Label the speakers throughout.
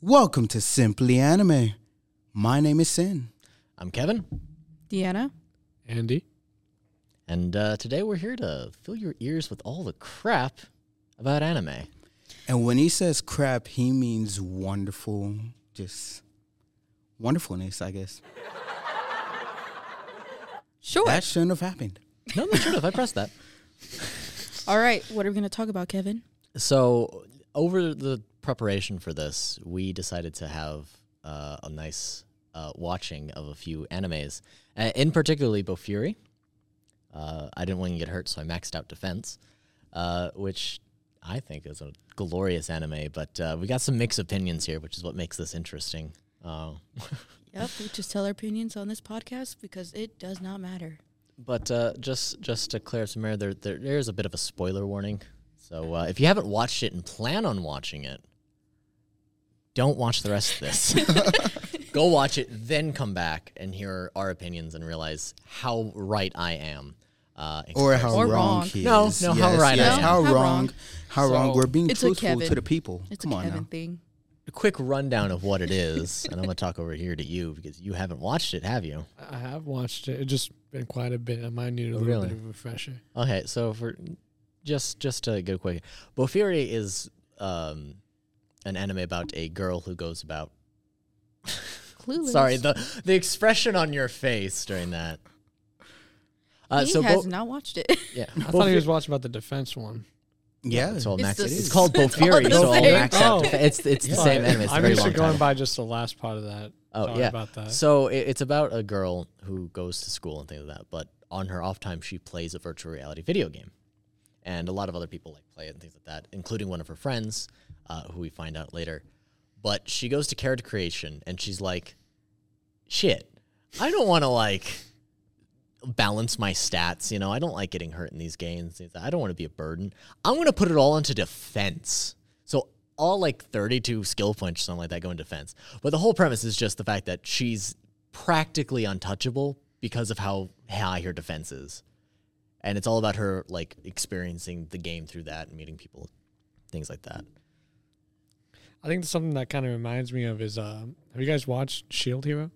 Speaker 1: Welcome to Simply Anime. My name is Sin.
Speaker 2: I'm Kevin,
Speaker 3: Deanna.
Speaker 4: Andy.
Speaker 2: and uh, today we're here to fill your ears with all the crap about anime.
Speaker 1: And when he says crap, he means wonderful, just wonderfulness, I guess.
Speaker 3: Sure.
Speaker 1: That shouldn't have happened.
Speaker 2: No, no, should have. I pressed that.
Speaker 3: All right. What are we going to talk about, Kevin?
Speaker 2: So, over the preparation for this, we decided to have uh, a nice uh, watching of a few animes, uh, in particularly Bofuri. Uh, I didn't want to get hurt, so I maxed out Defense, uh, which I think is a glorious anime. But uh, we got some mixed opinions here, which is what makes this interesting. Uh,
Speaker 3: Yep. We just tell our opinions on this podcast because it does not matter.
Speaker 2: But uh, just just to clear up some air, there, there there is a bit of a spoiler warning. So uh, if you haven't watched it and plan on watching it, don't watch the rest of this. Go watch it, then come back and hear our opinions and realize how right I am. Uh, in
Speaker 1: Or
Speaker 2: comparison.
Speaker 1: how
Speaker 3: Or
Speaker 1: wrong,
Speaker 3: wrong.
Speaker 1: he
Speaker 2: No,
Speaker 1: is.
Speaker 2: no, how right I am.
Speaker 1: How
Speaker 3: No, how
Speaker 1: wrong.
Speaker 3: wrong.
Speaker 1: How wrong.
Speaker 4: So-
Speaker 1: We're being
Speaker 3: It's a
Speaker 1: truthful to
Speaker 3: Kevin.
Speaker 1: the people.
Speaker 3: It's
Speaker 1: Come
Speaker 3: a
Speaker 1: on
Speaker 3: Kevin
Speaker 1: now.
Speaker 3: thing.
Speaker 2: a quick rundown of what it is, and I'm gonna talk over here to you because you haven't watched it, have you?
Speaker 4: I have watched it. It just been quite a bit. I might need a
Speaker 2: Oh,
Speaker 4: little
Speaker 2: really?
Speaker 4: bit of a refresher.
Speaker 2: Okay, so for just just to go quick, Bofuri is um, an anime about a girl who goes about
Speaker 3: Clueless.
Speaker 2: Sorry, the the expression on your face during that. Uh,
Speaker 3: he
Speaker 2: so
Speaker 3: has
Speaker 2: Bo-
Speaker 3: not watched it.
Speaker 2: yeah,
Speaker 4: I thought he was watching about the defense one.
Speaker 1: Yeah.
Speaker 2: It's all
Speaker 3: It's
Speaker 2: Max.
Speaker 3: the-
Speaker 2: It's,
Speaker 3: It's
Speaker 2: called
Speaker 3: all
Speaker 2: Bofuri.
Speaker 3: the
Speaker 2: so all
Speaker 3: same.
Speaker 2: Max out.
Speaker 4: Oh.
Speaker 2: It's it's the
Speaker 4: Sorry,
Speaker 2: same anime. It's a
Speaker 4: I'm
Speaker 2: very
Speaker 4: used to
Speaker 2: long
Speaker 4: going
Speaker 2: title.
Speaker 4: by just the last part of that.
Speaker 2: Oh,
Speaker 4: Sorry
Speaker 2: yeah.
Speaker 4: about that.
Speaker 2: So i it's about a girl who goes to school and things like that, but on her off time, she plays a virtual reality video game, and a lot of other people like play it and things like that, including one of her friends, uh, who we find out later. But she goes to character creation, and she's like, "Shit, I don't want to like." balance my stats you know i don't like getting hurt in these games things like that. i don't want to be a burden i'm going to put it all into defense so all like 32 skill punch something like that go in defense but the whole premise is just the fact that she's practically untouchable because of how high her defense is and it's all about her like experiencing the game through that and meeting people things like that
Speaker 4: I think something that kind of reminds me of is um, have you guys watched Shield Hero?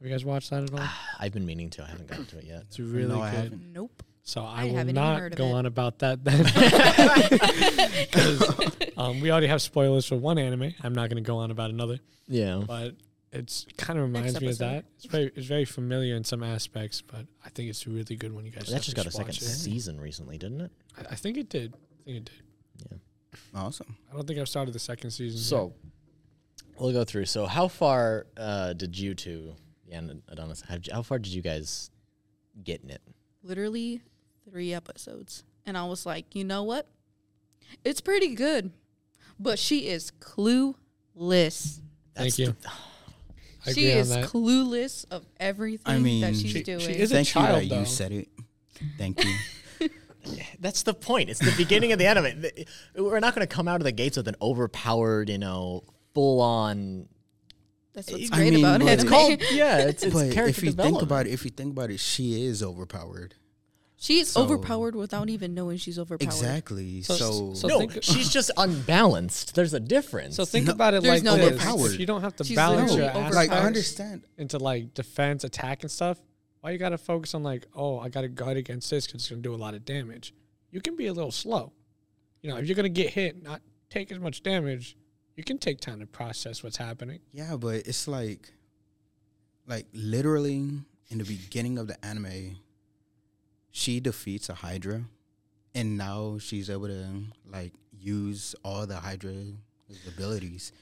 Speaker 4: Have you guys watched that at all?
Speaker 2: i've been meaning to i haven't gotten to it yet
Speaker 4: It's really
Speaker 1: No, I
Speaker 4: good.
Speaker 1: haven't.
Speaker 3: nope.
Speaker 4: So I,
Speaker 3: I
Speaker 4: will
Speaker 3: haven't even
Speaker 4: not
Speaker 3: heard of
Speaker 4: go
Speaker 3: it.
Speaker 4: on about that then. 'Cause, um, we already have spoilers for one anime. I'm not going to go on about another.
Speaker 2: yeah
Speaker 4: but it's kind of reminds me of
Speaker 3: episode.
Speaker 4: that. It's very it's very familiar in some aspects, but I think it's really good when you guys.
Speaker 2: that just got a second
Speaker 4: watch it.
Speaker 2: season recently didn't it
Speaker 4: I, I think it did. I think it did.
Speaker 1: Awesome.
Speaker 4: I don't think I've started the second season. yet.
Speaker 2: So we'll go through. So how far uh, did you two and Adonis? How, how far did you guys get in it?
Speaker 3: Literally three episodes. And I was like, you know what? It's pretty good. But she is clueless.
Speaker 4: Thank
Speaker 2: That's
Speaker 4: you.
Speaker 2: the-
Speaker 4: I
Speaker 3: she
Speaker 4: agree on
Speaker 3: is
Speaker 4: that.
Speaker 3: clueless of everything
Speaker 1: mean,
Speaker 3: that she's
Speaker 1: She- she
Speaker 3: doing.
Speaker 4: is a
Speaker 1: Thank
Speaker 4: child,
Speaker 1: you that
Speaker 4: though.
Speaker 1: you said it. Thank you.
Speaker 2: that's the point. It's the beginning of the anime. The- We're not going to come out of the gates with an overpowered, you know, full on.
Speaker 3: That's what's
Speaker 1: I
Speaker 3: great
Speaker 1: mean,
Speaker 3: about
Speaker 1: but-
Speaker 3: anime.
Speaker 2: It's called yeah. It's, it's
Speaker 1: Oh, but
Speaker 2: character
Speaker 1: if you
Speaker 2: development.
Speaker 1: think about it, if you think about it, she is overpowered.
Speaker 3: She is
Speaker 1: So-
Speaker 3: overpowered without even knowing she's overpowered.
Speaker 1: Exactly.
Speaker 4: So-
Speaker 1: So,
Speaker 4: so-
Speaker 2: no,
Speaker 4: think-
Speaker 2: she's just unbalanced. There's a difference.
Speaker 4: So think
Speaker 1: No,
Speaker 4: about it
Speaker 3: there's
Speaker 4: like
Speaker 3: no
Speaker 4: this:
Speaker 1: difference.
Speaker 4: if you don't have to
Speaker 3: She's
Speaker 4: balance
Speaker 3: literally
Speaker 4: your
Speaker 3: overpowered.
Speaker 4: aspects
Speaker 1: like I understand.
Speaker 4: into like defense, attack, and stuff. Why you got to focus on like, oh, I got to guard against this because it's gonna do a lot of damage. You can be a little slow. You know, if you're gonna get hit, not take as much damage. You can take time to process what's happening.
Speaker 1: Yeah, but it's like, like literally in the beginning of the anime, she defeats a Hydra, and now she's able to like use all the Hydra's abilities.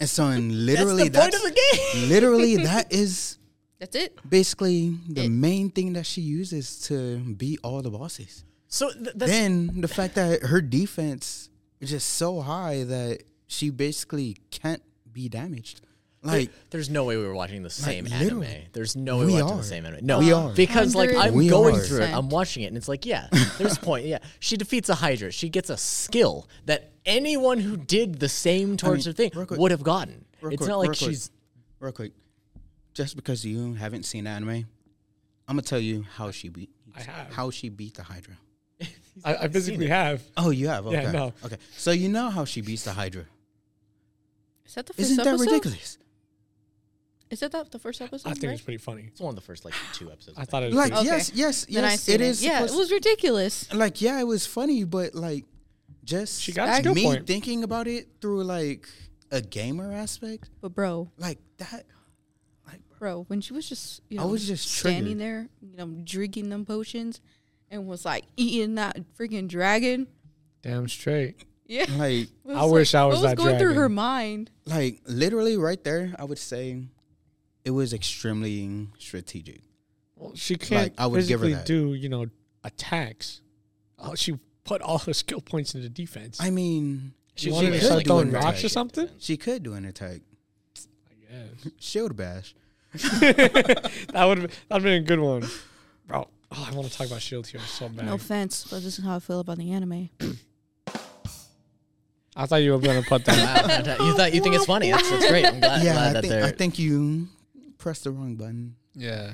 Speaker 1: And so, and literally,
Speaker 2: that's
Speaker 1: that's,
Speaker 2: the point of the game.
Speaker 1: literally that is
Speaker 3: That's it.
Speaker 1: basically the
Speaker 3: It-
Speaker 1: main thing that she uses to beat all the bosses.
Speaker 2: So th- that's
Speaker 1: Then the fact that her defense is just so high that she basically can't be damaged. Like
Speaker 2: There's no way we were watching the same anime.
Speaker 1: literally.
Speaker 2: There's no way we
Speaker 1: We
Speaker 2: were watching
Speaker 1: are.
Speaker 2: the same anime. No,
Speaker 1: We are.
Speaker 2: because like I'm
Speaker 1: We
Speaker 2: going
Speaker 1: are.
Speaker 2: through it. I'm watching it, and it's like, yeah, there's a point. Yeah, she defeats a Hydra. She gets a skill that anyone who did the same towards
Speaker 1: mean,
Speaker 2: her
Speaker 1: real
Speaker 2: thing
Speaker 1: quick-
Speaker 2: would have gotten.
Speaker 1: real
Speaker 2: It's
Speaker 1: quick,
Speaker 2: not like
Speaker 1: real quick.
Speaker 2: she's
Speaker 1: real quick, just because you haven't seen anime, I'm gonna tell you how she beat
Speaker 4: I have.
Speaker 1: how she beat the Hydra.
Speaker 4: I, I physically have.
Speaker 1: Oh, you have okay.
Speaker 4: Yeah, no.
Speaker 1: Okay, so you know how she beats the Hydra.
Speaker 3: Is that the 1st
Speaker 1: Isn't that
Speaker 3: episode?
Speaker 1: ridiculous?
Speaker 3: Is that the, the first episode?
Speaker 4: I think
Speaker 3: right?
Speaker 4: it's pretty funny.
Speaker 2: It's one of the first like two episodes.
Speaker 4: I thought it was
Speaker 1: Like
Speaker 4: pretty-
Speaker 3: Okay.
Speaker 1: yes, yes,
Speaker 3: Then I
Speaker 1: yes.
Speaker 3: seen
Speaker 1: It is.
Speaker 3: Yeah, it
Speaker 1: supposed-
Speaker 3: was ridiculous.
Speaker 1: like yeah, it was funny, but like just
Speaker 4: She got a skill
Speaker 1: me
Speaker 4: point.
Speaker 1: thinking about it through like a gamer aspect,
Speaker 3: But bro,
Speaker 1: like that.
Speaker 3: bro, when she was just you
Speaker 1: I
Speaker 3: know
Speaker 1: was just
Speaker 3: standing
Speaker 1: triggered.
Speaker 3: there, you know, drinking them potions, and was like eating that freaking dragon.
Speaker 4: Damn straight.
Speaker 3: Yeah.
Speaker 1: Like
Speaker 3: It was
Speaker 4: I wish I was
Speaker 3: What was
Speaker 4: that
Speaker 3: going through her
Speaker 4: dragon.
Speaker 3: mind?
Speaker 1: like literally right there, I would say it was extremely strategic.
Speaker 4: Well, she can't
Speaker 1: I would give her
Speaker 4: physically
Speaker 1: that.
Speaker 4: do you know attacks. Oh, she put all her skill points into defense.
Speaker 1: I mean,
Speaker 4: she
Speaker 1: she
Speaker 4: wanted to
Speaker 1: could
Speaker 4: start
Speaker 1: do
Speaker 4: throwing
Speaker 1: an
Speaker 4: rocks or
Speaker 1: attack.
Speaker 4: something.
Speaker 1: she could do an attack.
Speaker 4: I guess
Speaker 1: Shield bash.
Speaker 4: that would that'd have been a good one, bro. Oh, I want to talk about Shield here so bad.
Speaker 3: No offense, but this is how I feel about the anime.
Speaker 4: I thought you were gonna put that.
Speaker 2: Wow. you thought you think it's funny. That's, that's great. I'm glad, glad
Speaker 1: yeah, I
Speaker 2: that
Speaker 1: think,
Speaker 2: they're.
Speaker 1: I think you pressed the wrong button.
Speaker 4: yeah,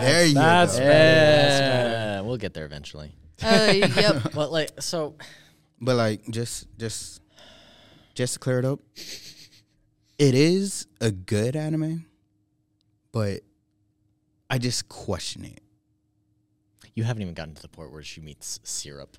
Speaker 1: there you
Speaker 4: that's
Speaker 1: go.
Speaker 4: better, that's
Speaker 2: yeah, we'll get there eventually.
Speaker 3: Uh, yep.
Speaker 2: But like, so
Speaker 1: But like, just just just to clear it up, it is a good anime, but I just question it.
Speaker 2: you haven't even gotten to the part where she meets syrup.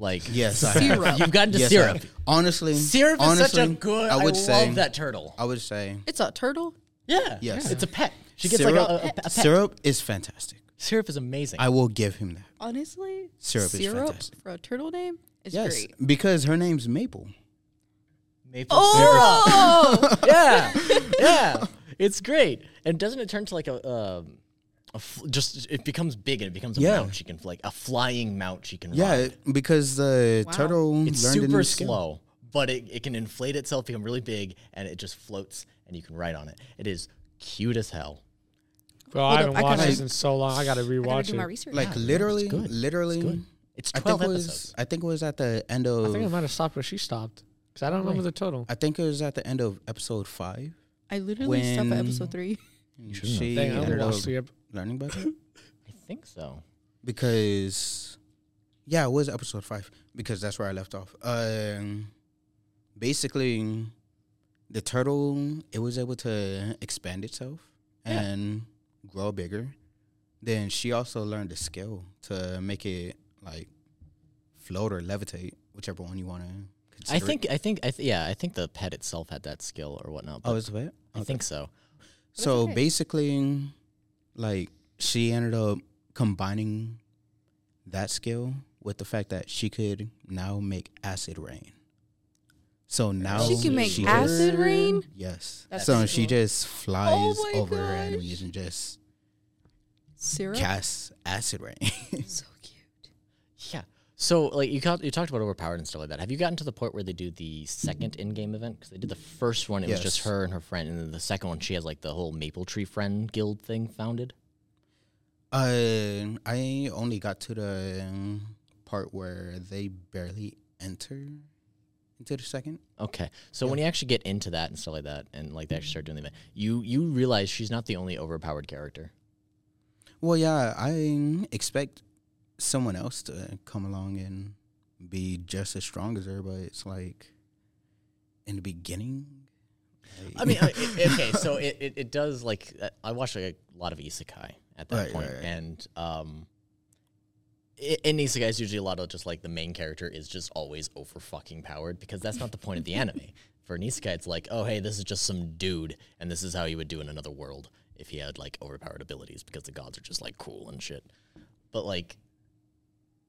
Speaker 2: Like,
Speaker 1: Yes, I have.
Speaker 3: Syrup.
Speaker 2: you've gotten to
Speaker 1: Yes, I-
Speaker 2: syrup.
Speaker 1: honestly,
Speaker 2: Syrup
Speaker 1: honestly,
Speaker 2: is such a good. I,
Speaker 1: would
Speaker 2: love
Speaker 1: say
Speaker 2: that turtle.
Speaker 1: I would say
Speaker 3: It's a turtle.
Speaker 2: Yeah.
Speaker 1: Yes.
Speaker 2: It's a pet. She gets
Speaker 1: syrup,
Speaker 2: like a, a, a pet.
Speaker 1: syrup is fantastic.
Speaker 2: Syrup is amazing.
Speaker 1: I will give him that.
Speaker 3: Honestly,
Speaker 1: Syrup is
Speaker 3: syrup
Speaker 1: fantastic.
Speaker 3: for a turtle name is
Speaker 1: yes,
Speaker 3: great.
Speaker 1: because her name's Maple.
Speaker 2: Maple
Speaker 3: Oh,
Speaker 2: syrup. yeah. Yeah. It's great. And doesn't it turn to like a. Um, a fl- just it becomes big and it becomes a
Speaker 1: Yeah.
Speaker 2: mount she can like a flying mount she can
Speaker 1: Yeah,
Speaker 2: ride.
Speaker 1: it- because the
Speaker 3: Wow.
Speaker 1: turtle
Speaker 2: It's
Speaker 1: learned a
Speaker 2: super
Speaker 1: new skill.
Speaker 2: slow, but it, it can inflate itself, become really big, and it just floats and you can ride on it. It is cute as hell.
Speaker 4: bro.
Speaker 3: Hold
Speaker 4: I
Speaker 3: up,
Speaker 4: haven't
Speaker 3: I
Speaker 4: watched
Speaker 3: gotta-
Speaker 4: this in so long. I gotta
Speaker 3: I gotta
Speaker 4: rewatch
Speaker 3: do my
Speaker 4: it.
Speaker 3: research.
Speaker 1: Like
Speaker 2: Yeah, no, it's
Speaker 1: literally,
Speaker 2: good. It's
Speaker 1: literally,
Speaker 2: good. It's
Speaker 1: I think
Speaker 2: twelve
Speaker 1: it
Speaker 2: episodes.
Speaker 1: was. I think it was at the end of.
Speaker 4: I think I might have stopped where she stopped because I don't remember the total.
Speaker 1: it was at the end of episode five.
Speaker 3: I literally stopped at
Speaker 1: when-
Speaker 3: episode three.
Speaker 2: shouldn't
Speaker 1: She
Speaker 2: have.
Speaker 4: Dang, I
Speaker 1: ended
Speaker 4: haven't
Speaker 1: up
Speaker 4: watched the ep-
Speaker 1: learning better
Speaker 2: I think so.
Speaker 1: because, yeah, it was episode five because that's where I left off. Um, basically, the turtle it was able to expand itself
Speaker 2: Yeah.
Speaker 1: and grow bigger. Then she also learned a skill to make it like float or levitate, whichever one you want to.
Speaker 2: I think I think I th- yeah I think the pet itself had that skill or whatnot. But
Speaker 1: Oh, it's a bit.
Speaker 2: I think so.
Speaker 1: So
Speaker 3: okay.
Speaker 1: basically, like she ended up combining that skill with the fact that she could now make acid rain. So now
Speaker 3: She can make
Speaker 1: she just-
Speaker 3: acid rain.
Speaker 1: Yes.
Speaker 3: That's
Speaker 1: so
Speaker 3: cool.
Speaker 1: she just flies
Speaker 3: Oh my
Speaker 1: over her
Speaker 3: gosh.
Speaker 1: enemies and just
Speaker 3: Syrup.
Speaker 1: casts acid rain.
Speaker 3: So cute.
Speaker 2: Yeah. So like you got, you talked about overpowered and stuff like that. Have you gotten to the point where they do the second in game event? Because they did the first one, it was just
Speaker 1: Yes.
Speaker 2: her and her friend, and then the second one she has like the whole maple tree friend guild thing founded.
Speaker 1: uh, I only got to the um, part where they barely enter into the second.
Speaker 2: Okay. So when you actually get into that and stuff like that, and like they actually start doing the event, you you realize she's not the only overpowered character.
Speaker 1: Well, yeah, I expect someone else to come along and be just as strong as her, but it's like in the beginning.
Speaker 2: I mean, I- it, okay, so it, it, it does like uh, I watched like a lot of isekai at that
Speaker 1: Right,
Speaker 2: point,
Speaker 1: right, right.
Speaker 2: and um, i- in isekai, it's usually a lot of just like the main character is just always over fucking powered because that's not the point of the anime. For an isekai, it's like, oh hey, this is just some dude, and this is how he would do in another world if he had like overpowered abilities because the gods are just like cool and shit. But like,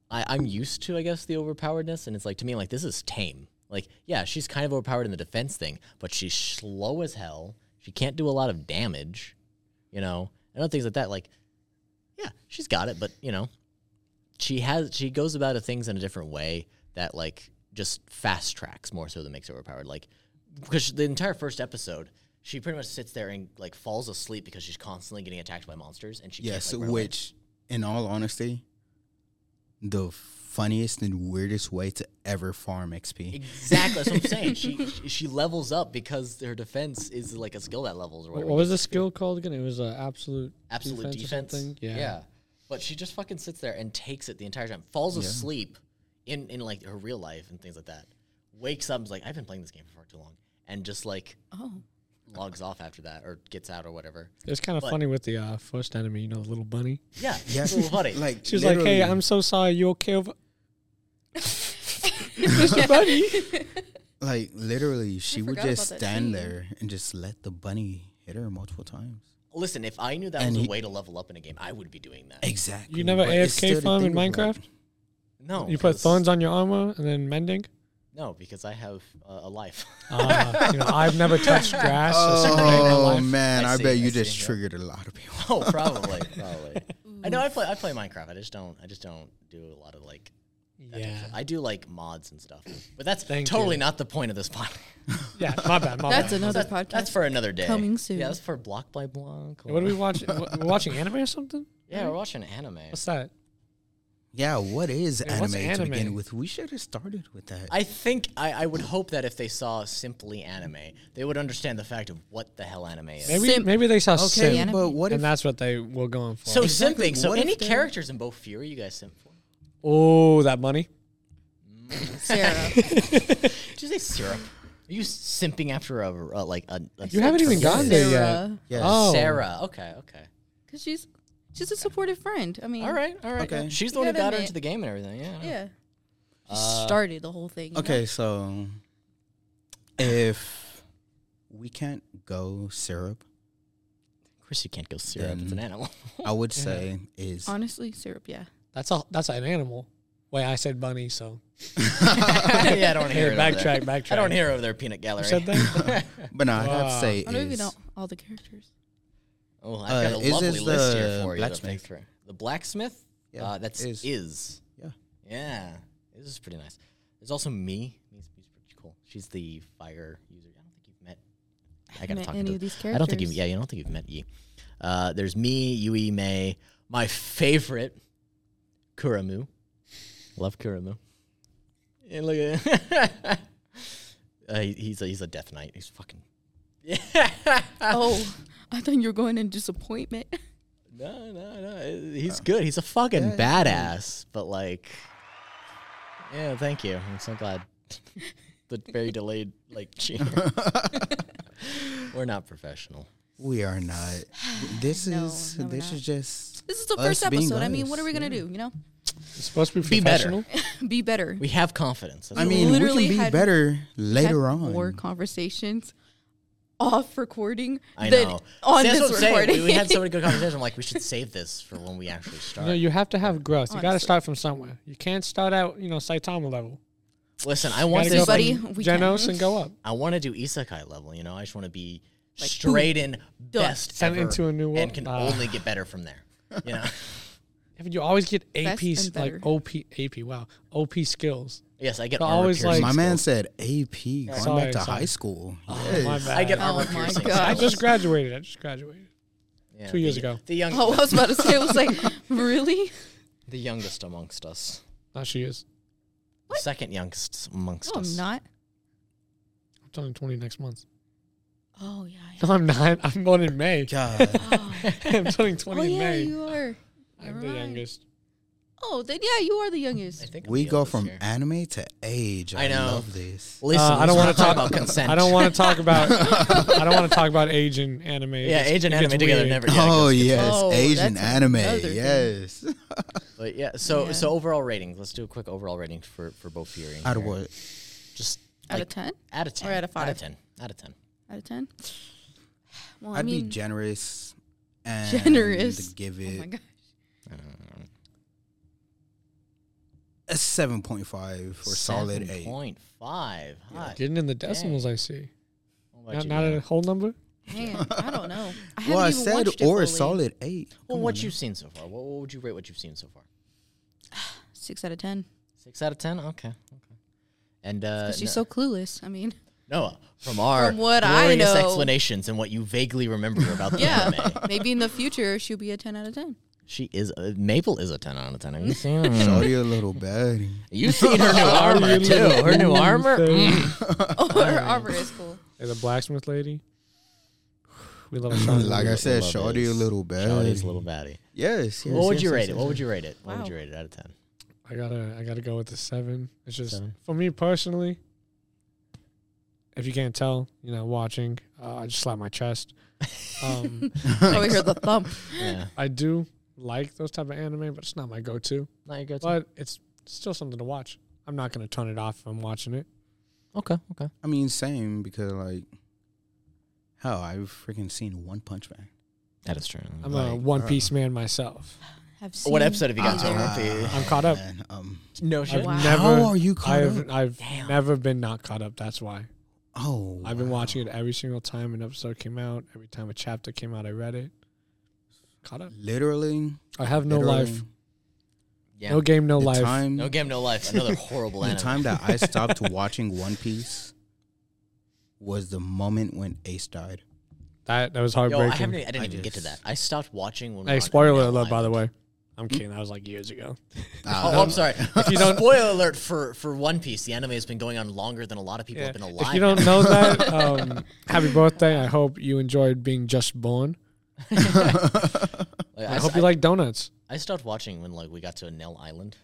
Speaker 2: I, I'm used to, I guess, the overpoweredness, and it's like to me, like this is tame. Like, yeah, she's kind of overpowered in the defense thing, but she's slow as hell. She can't do a lot of damage, you know, and other things like that. Like, yeah, she's got it, but you know, she has she goes about her things in a different way that like just fast tracks more so than makes her overpowered. Like, because the entire first episode. She pretty much sits there and like falls asleep because she's constantly getting attacked by monsters, and she
Speaker 1: yes,
Speaker 2: can't, like, run away.
Speaker 1: which, in all honesty, the funniest and weirdest way to ever farm XP.
Speaker 2: Exactly, that's what I'm saying. She she- she levels up because her defense is like a skill that levels or
Speaker 4: What,
Speaker 2: whatever.
Speaker 4: what was the skill called again? It was uh, absolute
Speaker 2: Absolute
Speaker 4: or
Speaker 2: defense.
Speaker 4: something?
Speaker 2: Yeah. But she just fucking sits there and takes it the entire time, falls asleep in, in like her real life and things like that. wakes up and is like, I've been playing this game for far too long, and just like
Speaker 3: Oh,
Speaker 2: logs off after that or gets out or whatever.
Speaker 4: It's kind of
Speaker 2: But-
Speaker 4: funny with the uh, first enemy, you know, the little bunny.
Speaker 2: Yeah,
Speaker 1: Yeah.
Speaker 2: it's a little funny.
Speaker 1: Like
Speaker 4: She was like, "Hey,
Speaker 1: literally-
Speaker 4: I'm so sorry. You okay over?" Mr. Bunny.
Speaker 1: like literally she would
Speaker 3: forgot
Speaker 1: just
Speaker 3: about that
Speaker 1: stand
Speaker 3: scene.
Speaker 1: there and just let the bunny hit her multiple times.
Speaker 2: Listen, if I knew that
Speaker 1: And
Speaker 2: was
Speaker 1: he-
Speaker 2: a way to level up in a game, I would be doing that.
Speaker 1: Exactly.
Speaker 4: You never
Speaker 1: but it's
Speaker 4: AFK
Speaker 1: still the
Speaker 4: farm
Speaker 1: thing
Speaker 4: in
Speaker 1: of, like,
Speaker 4: Minecraft?
Speaker 2: No,
Speaker 4: You put
Speaker 2: because-
Speaker 4: thorns on your armor and then mending.
Speaker 2: No, because I have uh, a life.
Speaker 4: Uh, you know, I've never touched grass. a single day in my
Speaker 1: Oh
Speaker 4: life.
Speaker 1: man,
Speaker 2: I
Speaker 1: I,
Speaker 2: see,
Speaker 1: bet you
Speaker 2: I
Speaker 1: just
Speaker 2: see, yeah.
Speaker 1: triggered a lot of people.
Speaker 2: oh, probably, probably. I know I play. I play Minecraft. I just don't. I just don't do a lot of like. that type of
Speaker 4: Yeah,
Speaker 2: stuff. I do like mods and stuff, but that's
Speaker 4: Thank
Speaker 2: totally
Speaker 4: you.
Speaker 2: not the point of this podcast.
Speaker 4: yeah. My bad. My
Speaker 3: that's
Speaker 4: bad.
Speaker 3: another
Speaker 2: That-
Speaker 3: podcast.
Speaker 2: That's for another day.
Speaker 3: Coming soon.
Speaker 2: Yeah, that's for block by block.
Speaker 4: What are we watching? We're watching anime or something?
Speaker 2: Yeah, we're watching anime.
Speaker 4: What's that?
Speaker 1: Yeah, what is
Speaker 4: Yeah,
Speaker 1: anime,
Speaker 4: what's
Speaker 1: to begin
Speaker 4: anime?
Speaker 1: with? We should have started with that.
Speaker 2: I think I, I would hope that if they saw simply anime, they would understand the fact of what the hell anime is.
Speaker 4: Maybe
Speaker 3: Simp.
Speaker 4: maybe they saw
Speaker 1: okay,
Speaker 4: Simp,
Speaker 1: but what if
Speaker 4: and that's what they were going for.
Speaker 2: so
Speaker 1: Exactly,
Speaker 2: simping. So
Speaker 1: what if
Speaker 2: any
Speaker 1: they-
Speaker 2: characters in both Fury you guys simp for?
Speaker 4: oh, that money.
Speaker 3: Sarah.
Speaker 2: Did you say syrup? Are you simping after a uh, like a? a
Speaker 4: You haven't even
Speaker 1: Yes.
Speaker 4: gotten there yet.
Speaker 3: Sarah.
Speaker 1: Yes.
Speaker 4: Oh,
Speaker 2: Sarah. Okay. Okay.
Speaker 3: Because she's she's a supportive friend. I mean,
Speaker 2: All right. All right.
Speaker 1: Okay.
Speaker 2: yeah. She's the
Speaker 3: You
Speaker 2: one who
Speaker 3: gotta
Speaker 2: got her
Speaker 3: admit-
Speaker 2: into the game and everything. Yeah. I know.
Speaker 3: Yeah. She
Speaker 2: Uh,
Speaker 3: started the whole thing. you know?
Speaker 1: Okay, so if we can't go syrup,
Speaker 2: Of course, you can't go syrup. It's an
Speaker 1: Then-
Speaker 2: animal.
Speaker 1: I would say is
Speaker 3: Honestly, syrup. Yeah.
Speaker 4: That's a that's an animal. Wait, I said bunny, so
Speaker 2: yeah, I don't hear it. over there.
Speaker 4: hey, backtrack, backtrack.
Speaker 2: I don't hear over there, peanut gallery.
Speaker 4: Who said that.
Speaker 1: but no, I'd have to
Speaker 4: Wow.
Speaker 1: say
Speaker 3: I don't even
Speaker 1: is-
Speaker 3: know all the characters.
Speaker 2: Oh, I've got
Speaker 1: Uh,
Speaker 2: a
Speaker 1: is
Speaker 2: lovely
Speaker 1: this
Speaker 2: list here
Speaker 1: the
Speaker 2: for you. to
Speaker 1: blacksmith?
Speaker 2: pick through. The blacksmith.
Speaker 1: Yeah,
Speaker 2: uh, that's
Speaker 1: is.
Speaker 2: is.
Speaker 1: Yeah.
Speaker 2: Yeah. This is pretty nice. There's also me. Me's, me's pretty cool. She's the fire user. I don't think you've met. I gotta
Speaker 3: Met
Speaker 2: talk
Speaker 3: any
Speaker 2: to.
Speaker 3: of these characters.
Speaker 2: I don't think you've. Yeah, you don't think you've met Yi. Uh, there's me, Yui, May. My favorite, Kuramu. Love Kuramu. And look at. uh, he- he's a he's a death knight. He's fucking. Yeah.
Speaker 3: Oh, I thought you were going in disappointment.
Speaker 2: No, no, no. uh, He's good. He's a fucking badass. But like, yeah. Thank you. I'm so glad. the very delayed like cheer. We're not professional.
Speaker 1: we are not. This
Speaker 3: No,
Speaker 1: is
Speaker 3: no, we're
Speaker 1: this
Speaker 3: not.
Speaker 1: is just
Speaker 3: This is the
Speaker 1: Us
Speaker 3: first
Speaker 1: being
Speaker 3: episode. I mean,
Speaker 1: us,
Speaker 3: what are we gonna
Speaker 1: yeah.
Speaker 3: do? You know,
Speaker 4: It's supposed to be
Speaker 2: Be better.
Speaker 4: professional.
Speaker 3: be better.
Speaker 2: We have confidence. That's
Speaker 1: I
Speaker 2: all.
Speaker 1: mean, we
Speaker 3: literally
Speaker 1: can be
Speaker 3: had-
Speaker 1: better
Speaker 3: Had
Speaker 1: later on.
Speaker 3: more conversations off recording
Speaker 2: I
Speaker 3: than
Speaker 2: know.
Speaker 3: on
Speaker 2: See, that's
Speaker 3: this
Speaker 2: what I'm saying.
Speaker 3: recording.
Speaker 2: We, we had so many good conversations. I'm like, we should save this for when we actually start.
Speaker 4: No, you have to have growth. You got to
Speaker 3: Honestly.
Speaker 4: start from somewhere. You can't start out, you know, Saitama level.
Speaker 2: Listen, I
Speaker 4: You
Speaker 2: want
Speaker 4: gotta
Speaker 2: this.
Speaker 4: go
Speaker 3: Buddy,
Speaker 4: from
Speaker 3: we
Speaker 4: Genos
Speaker 3: can.
Speaker 4: and go up.
Speaker 2: I want to do isekai level. You know, I just want to be straight in best
Speaker 4: Sent
Speaker 2: ever
Speaker 4: into a new
Speaker 2: and
Speaker 4: world.
Speaker 2: can
Speaker 4: Ah.
Speaker 2: only get better from there. You know.
Speaker 4: Yeah, but You always get
Speaker 3: Best
Speaker 4: APs
Speaker 3: and
Speaker 4: like
Speaker 3: better.
Speaker 4: OP AP. Wow, OP skills.
Speaker 2: yes, I get.
Speaker 4: But
Speaker 2: armor
Speaker 4: always,
Speaker 2: piercing.
Speaker 4: like-
Speaker 1: My man said AP going
Speaker 4: Sorry,
Speaker 1: back to
Speaker 4: sorry.
Speaker 1: high school.
Speaker 4: My
Speaker 1: Yes.
Speaker 4: bad.
Speaker 2: I get
Speaker 3: Oh
Speaker 2: armor
Speaker 3: my
Speaker 2: piercing.
Speaker 3: gosh.
Speaker 4: I
Speaker 2: skills.
Speaker 4: just graduated. I just graduated.
Speaker 2: Yeah,
Speaker 4: two years
Speaker 2: the-
Speaker 4: ago.
Speaker 2: The young,
Speaker 3: oh, I was about to say, I was like, really?
Speaker 2: the youngest amongst us,
Speaker 4: No, she is.
Speaker 2: the second youngest amongst
Speaker 3: No,
Speaker 2: us.
Speaker 3: I'm not.
Speaker 4: I'm turning 20 next month.
Speaker 3: Oh yeah. yeah.
Speaker 4: No, I'm not. I'm born in May.
Speaker 1: God.
Speaker 3: Oh,
Speaker 4: I'm turning 20
Speaker 3: oh
Speaker 4: in
Speaker 3: yeah,
Speaker 4: May.
Speaker 3: you are.
Speaker 4: I'm
Speaker 3: Never
Speaker 4: the
Speaker 3: mind.
Speaker 4: youngest.
Speaker 3: Oh, then yeah, you are the
Speaker 2: I
Speaker 3: youngest.
Speaker 2: think I'm
Speaker 1: we
Speaker 2: the
Speaker 1: go
Speaker 2: oldest
Speaker 1: from
Speaker 2: here.
Speaker 1: anime to age. I,
Speaker 2: I know.
Speaker 1: love this.
Speaker 2: Listen,
Speaker 4: Uh, I don't
Speaker 2: want
Speaker 4: wanna
Speaker 2: to talk
Speaker 4: talk-
Speaker 2: about consent.
Speaker 4: I don't want to talk about. I don't want to talk about age and anime. It
Speaker 2: Yeah,
Speaker 4: gets-
Speaker 2: age and
Speaker 4: it gets
Speaker 2: anime together
Speaker 4: weird.
Speaker 2: never. Yeah,
Speaker 1: Oh
Speaker 2: it gets-
Speaker 1: yes,
Speaker 3: Oh,
Speaker 1: Asian
Speaker 3: that's
Speaker 1: anime.
Speaker 3: another thing.
Speaker 1: Yes.
Speaker 2: But yeah, so
Speaker 3: Yeah.
Speaker 2: so overall ratings. Let's do a quick overall rating for for both Fury. and
Speaker 1: Out of
Speaker 2: Fury.
Speaker 1: what?
Speaker 2: Just
Speaker 3: Out
Speaker 2: like,
Speaker 3: of ten?
Speaker 2: out of ten.
Speaker 3: Or
Speaker 2: Out
Speaker 3: out of
Speaker 2: of
Speaker 3: five?
Speaker 2: ten. Out of ten.
Speaker 3: Out of ten? Well, I
Speaker 1: I'd
Speaker 3: mean,
Speaker 1: be generous. And
Speaker 3: Generous.
Speaker 1: Give
Speaker 3: oh my
Speaker 1: it
Speaker 3: gosh.
Speaker 1: a seven point five for solid eight.
Speaker 2: Point five. Hot.
Speaker 4: Getting in the decimals, I see.
Speaker 2: How about
Speaker 4: Not,
Speaker 2: you,
Speaker 4: not
Speaker 2: Ian?
Speaker 4: a whole number.
Speaker 3: Man, I don't know. I haven't
Speaker 1: Well, I
Speaker 3: even
Speaker 1: said
Speaker 3: watched it
Speaker 1: or a
Speaker 3: fully.
Speaker 1: solid eight.
Speaker 2: Well,
Speaker 1: Come
Speaker 2: what
Speaker 1: on
Speaker 2: you've seen so far? What, what would you rate? What you've seen so far?
Speaker 3: Six out of ten.
Speaker 2: Six out of ten. Okay. Okay. And uh,
Speaker 3: 'Cause she's
Speaker 2: no-
Speaker 3: so clueless. I mean,
Speaker 2: Noah, from our
Speaker 3: From what I
Speaker 2: glorious
Speaker 3: know.
Speaker 2: explanations and what you vaguely remember about the
Speaker 3: Yeah.
Speaker 2: anime,
Speaker 3: maybe in the future she'll be a ten out of ten.
Speaker 2: she is a, Mabel is a ten out of ten. Have you seen
Speaker 1: now.
Speaker 2: her?
Speaker 1: Shorty a little baddie.
Speaker 2: You've seen her new armor too. Her new armor. Mm.
Speaker 3: Oh, her armor is cool.
Speaker 4: Hey, the blacksmith lady. We love a shot.
Speaker 1: like I
Speaker 2: love
Speaker 1: said,
Speaker 2: this.
Speaker 1: shorty a little baddie.
Speaker 2: Shawnee's Mm. little baddie.
Speaker 1: yes, yes.
Speaker 2: What would
Speaker 1: yes,
Speaker 2: you
Speaker 1: yes,
Speaker 2: rate it?
Speaker 1: yes,
Speaker 2: What would
Speaker 1: yes.
Speaker 2: you rate it? What would
Speaker 3: Wow.
Speaker 2: you rate it out of ten?
Speaker 4: I gotta I gotta go with the seven. It's just
Speaker 2: Seven.
Speaker 4: for me personally, If you can't tell, you know, watching, uh, I just slap my chest. Um,
Speaker 3: Over here, the thump.
Speaker 2: Yeah.
Speaker 4: I do like those type of anime, but it's not my go-to.
Speaker 2: Not your go-to.
Speaker 4: But it's still something to watch. I'm not gonna turn it off if I'm watching it.
Speaker 2: Okay. Okay.
Speaker 1: I mean, same because like, hell, I've freaking seen One Punch Man.
Speaker 2: That is true.
Speaker 4: I'm a
Speaker 1: Like,
Speaker 4: One
Speaker 1: uh,
Speaker 4: Piece man myself.
Speaker 3: Have
Speaker 2: what
Speaker 3: seen
Speaker 2: episode have you got
Speaker 3: either.
Speaker 4: Uh,
Speaker 2: to?
Speaker 1: Ah,
Speaker 4: I'm caught up.
Speaker 1: man, um,
Speaker 2: No
Speaker 4: I've
Speaker 3: Wow.
Speaker 4: never.
Speaker 1: How are you caught
Speaker 4: I've
Speaker 1: up?
Speaker 4: I've
Speaker 2: Damn.
Speaker 4: never been not caught up. That's why
Speaker 1: Oh,
Speaker 4: I've been
Speaker 1: wow.
Speaker 4: watching it every single time an episode came out. Every time a chapter came out, I read it. Caught up.
Speaker 1: Literally,
Speaker 4: I have no
Speaker 1: literally,
Speaker 4: life.
Speaker 2: Yeah.
Speaker 4: No game, no
Speaker 1: the
Speaker 4: life.
Speaker 1: Time,
Speaker 2: No game, no life. Another horrible
Speaker 1: the
Speaker 2: anime.
Speaker 1: time that I stopped watching One Piece was the moment when Ace died.
Speaker 4: That that was
Speaker 2: Yo,
Speaker 4: heartbreaking.
Speaker 2: I haven't. Even, I didn't
Speaker 1: I
Speaker 2: even get to that.
Speaker 1: just-
Speaker 2: I stopped watching when. we
Speaker 4: Hey,
Speaker 2: were on
Speaker 4: spoiler
Speaker 2: Emmerdale
Speaker 4: alert, by the
Speaker 2: Island.
Speaker 4: way. I'm kidding. That was like years ago.
Speaker 2: Oh, I'm sorry.
Speaker 4: If you don't,
Speaker 2: spoiler alert for for One Piece. The anime has been going on longer than a lot of people
Speaker 4: yeah,
Speaker 2: have been alive.
Speaker 4: if you don't know that, um, happy birthday. I hope you enjoyed being just born.
Speaker 2: Like,
Speaker 4: I,
Speaker 2: I,
Speaker 4: hope
Speaker 2: s-
Speaker 4: you like donuts.
Speaker 2: I stopped watching when like we got to Nell Island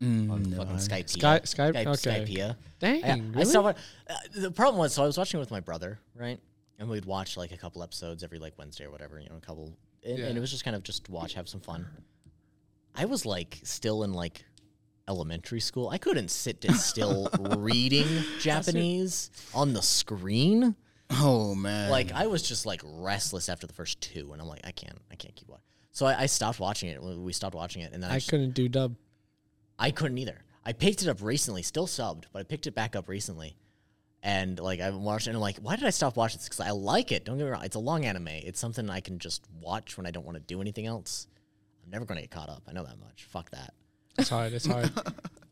Speaker 1: Mm,
Speaker 2: on
Speaker 1: no,
Speaker 2: fucking
Speaker 1: I-
Speaker 2: Skype.
Speaker 4: Sky, Skype.
Speaker 2: Skype,
Speaker 4: okay.
Speaker 2: Skypea.
Speaker 4: Dang.
Speaker 2: Yeah, I
Speaker 4: really?
Speaker 2: stopped. wa- Uh, the problem was, so I was watching it with my brother, right? And we'd watch like a couple episodes every like Wednesday or whatever, you know, a couple, and, and
Speaker 4: Yeah.
Speaker 2: it was just kind of just to watch, have some fun. I was like still in like elementary school. I couldn't sit d- still reading Japanese on the screen.
Speaker 1: Oh man,
Speaker 2: Like I was just like restless after the first two, and I'm like, I can't, I can't keep watching. So I, I stopped watching it. We we stopped watching it, and then I,
Speaker 4: I
Speaker 2: just-
Speaker 4: couldn't do dub.
Speaker 2: I couldn't either. I picked it up recently, still subbed, but I picked it back up recently. And like I've watched it and I'm like, why did I stop watching this? Because I like it. Don't get me wrong. It's a long anime. It's something I can just watch when I don't want to do anything else. I'm never gonna get caught up. I know that much. Fuck that.
Speaker 4: It's hard. It's hard.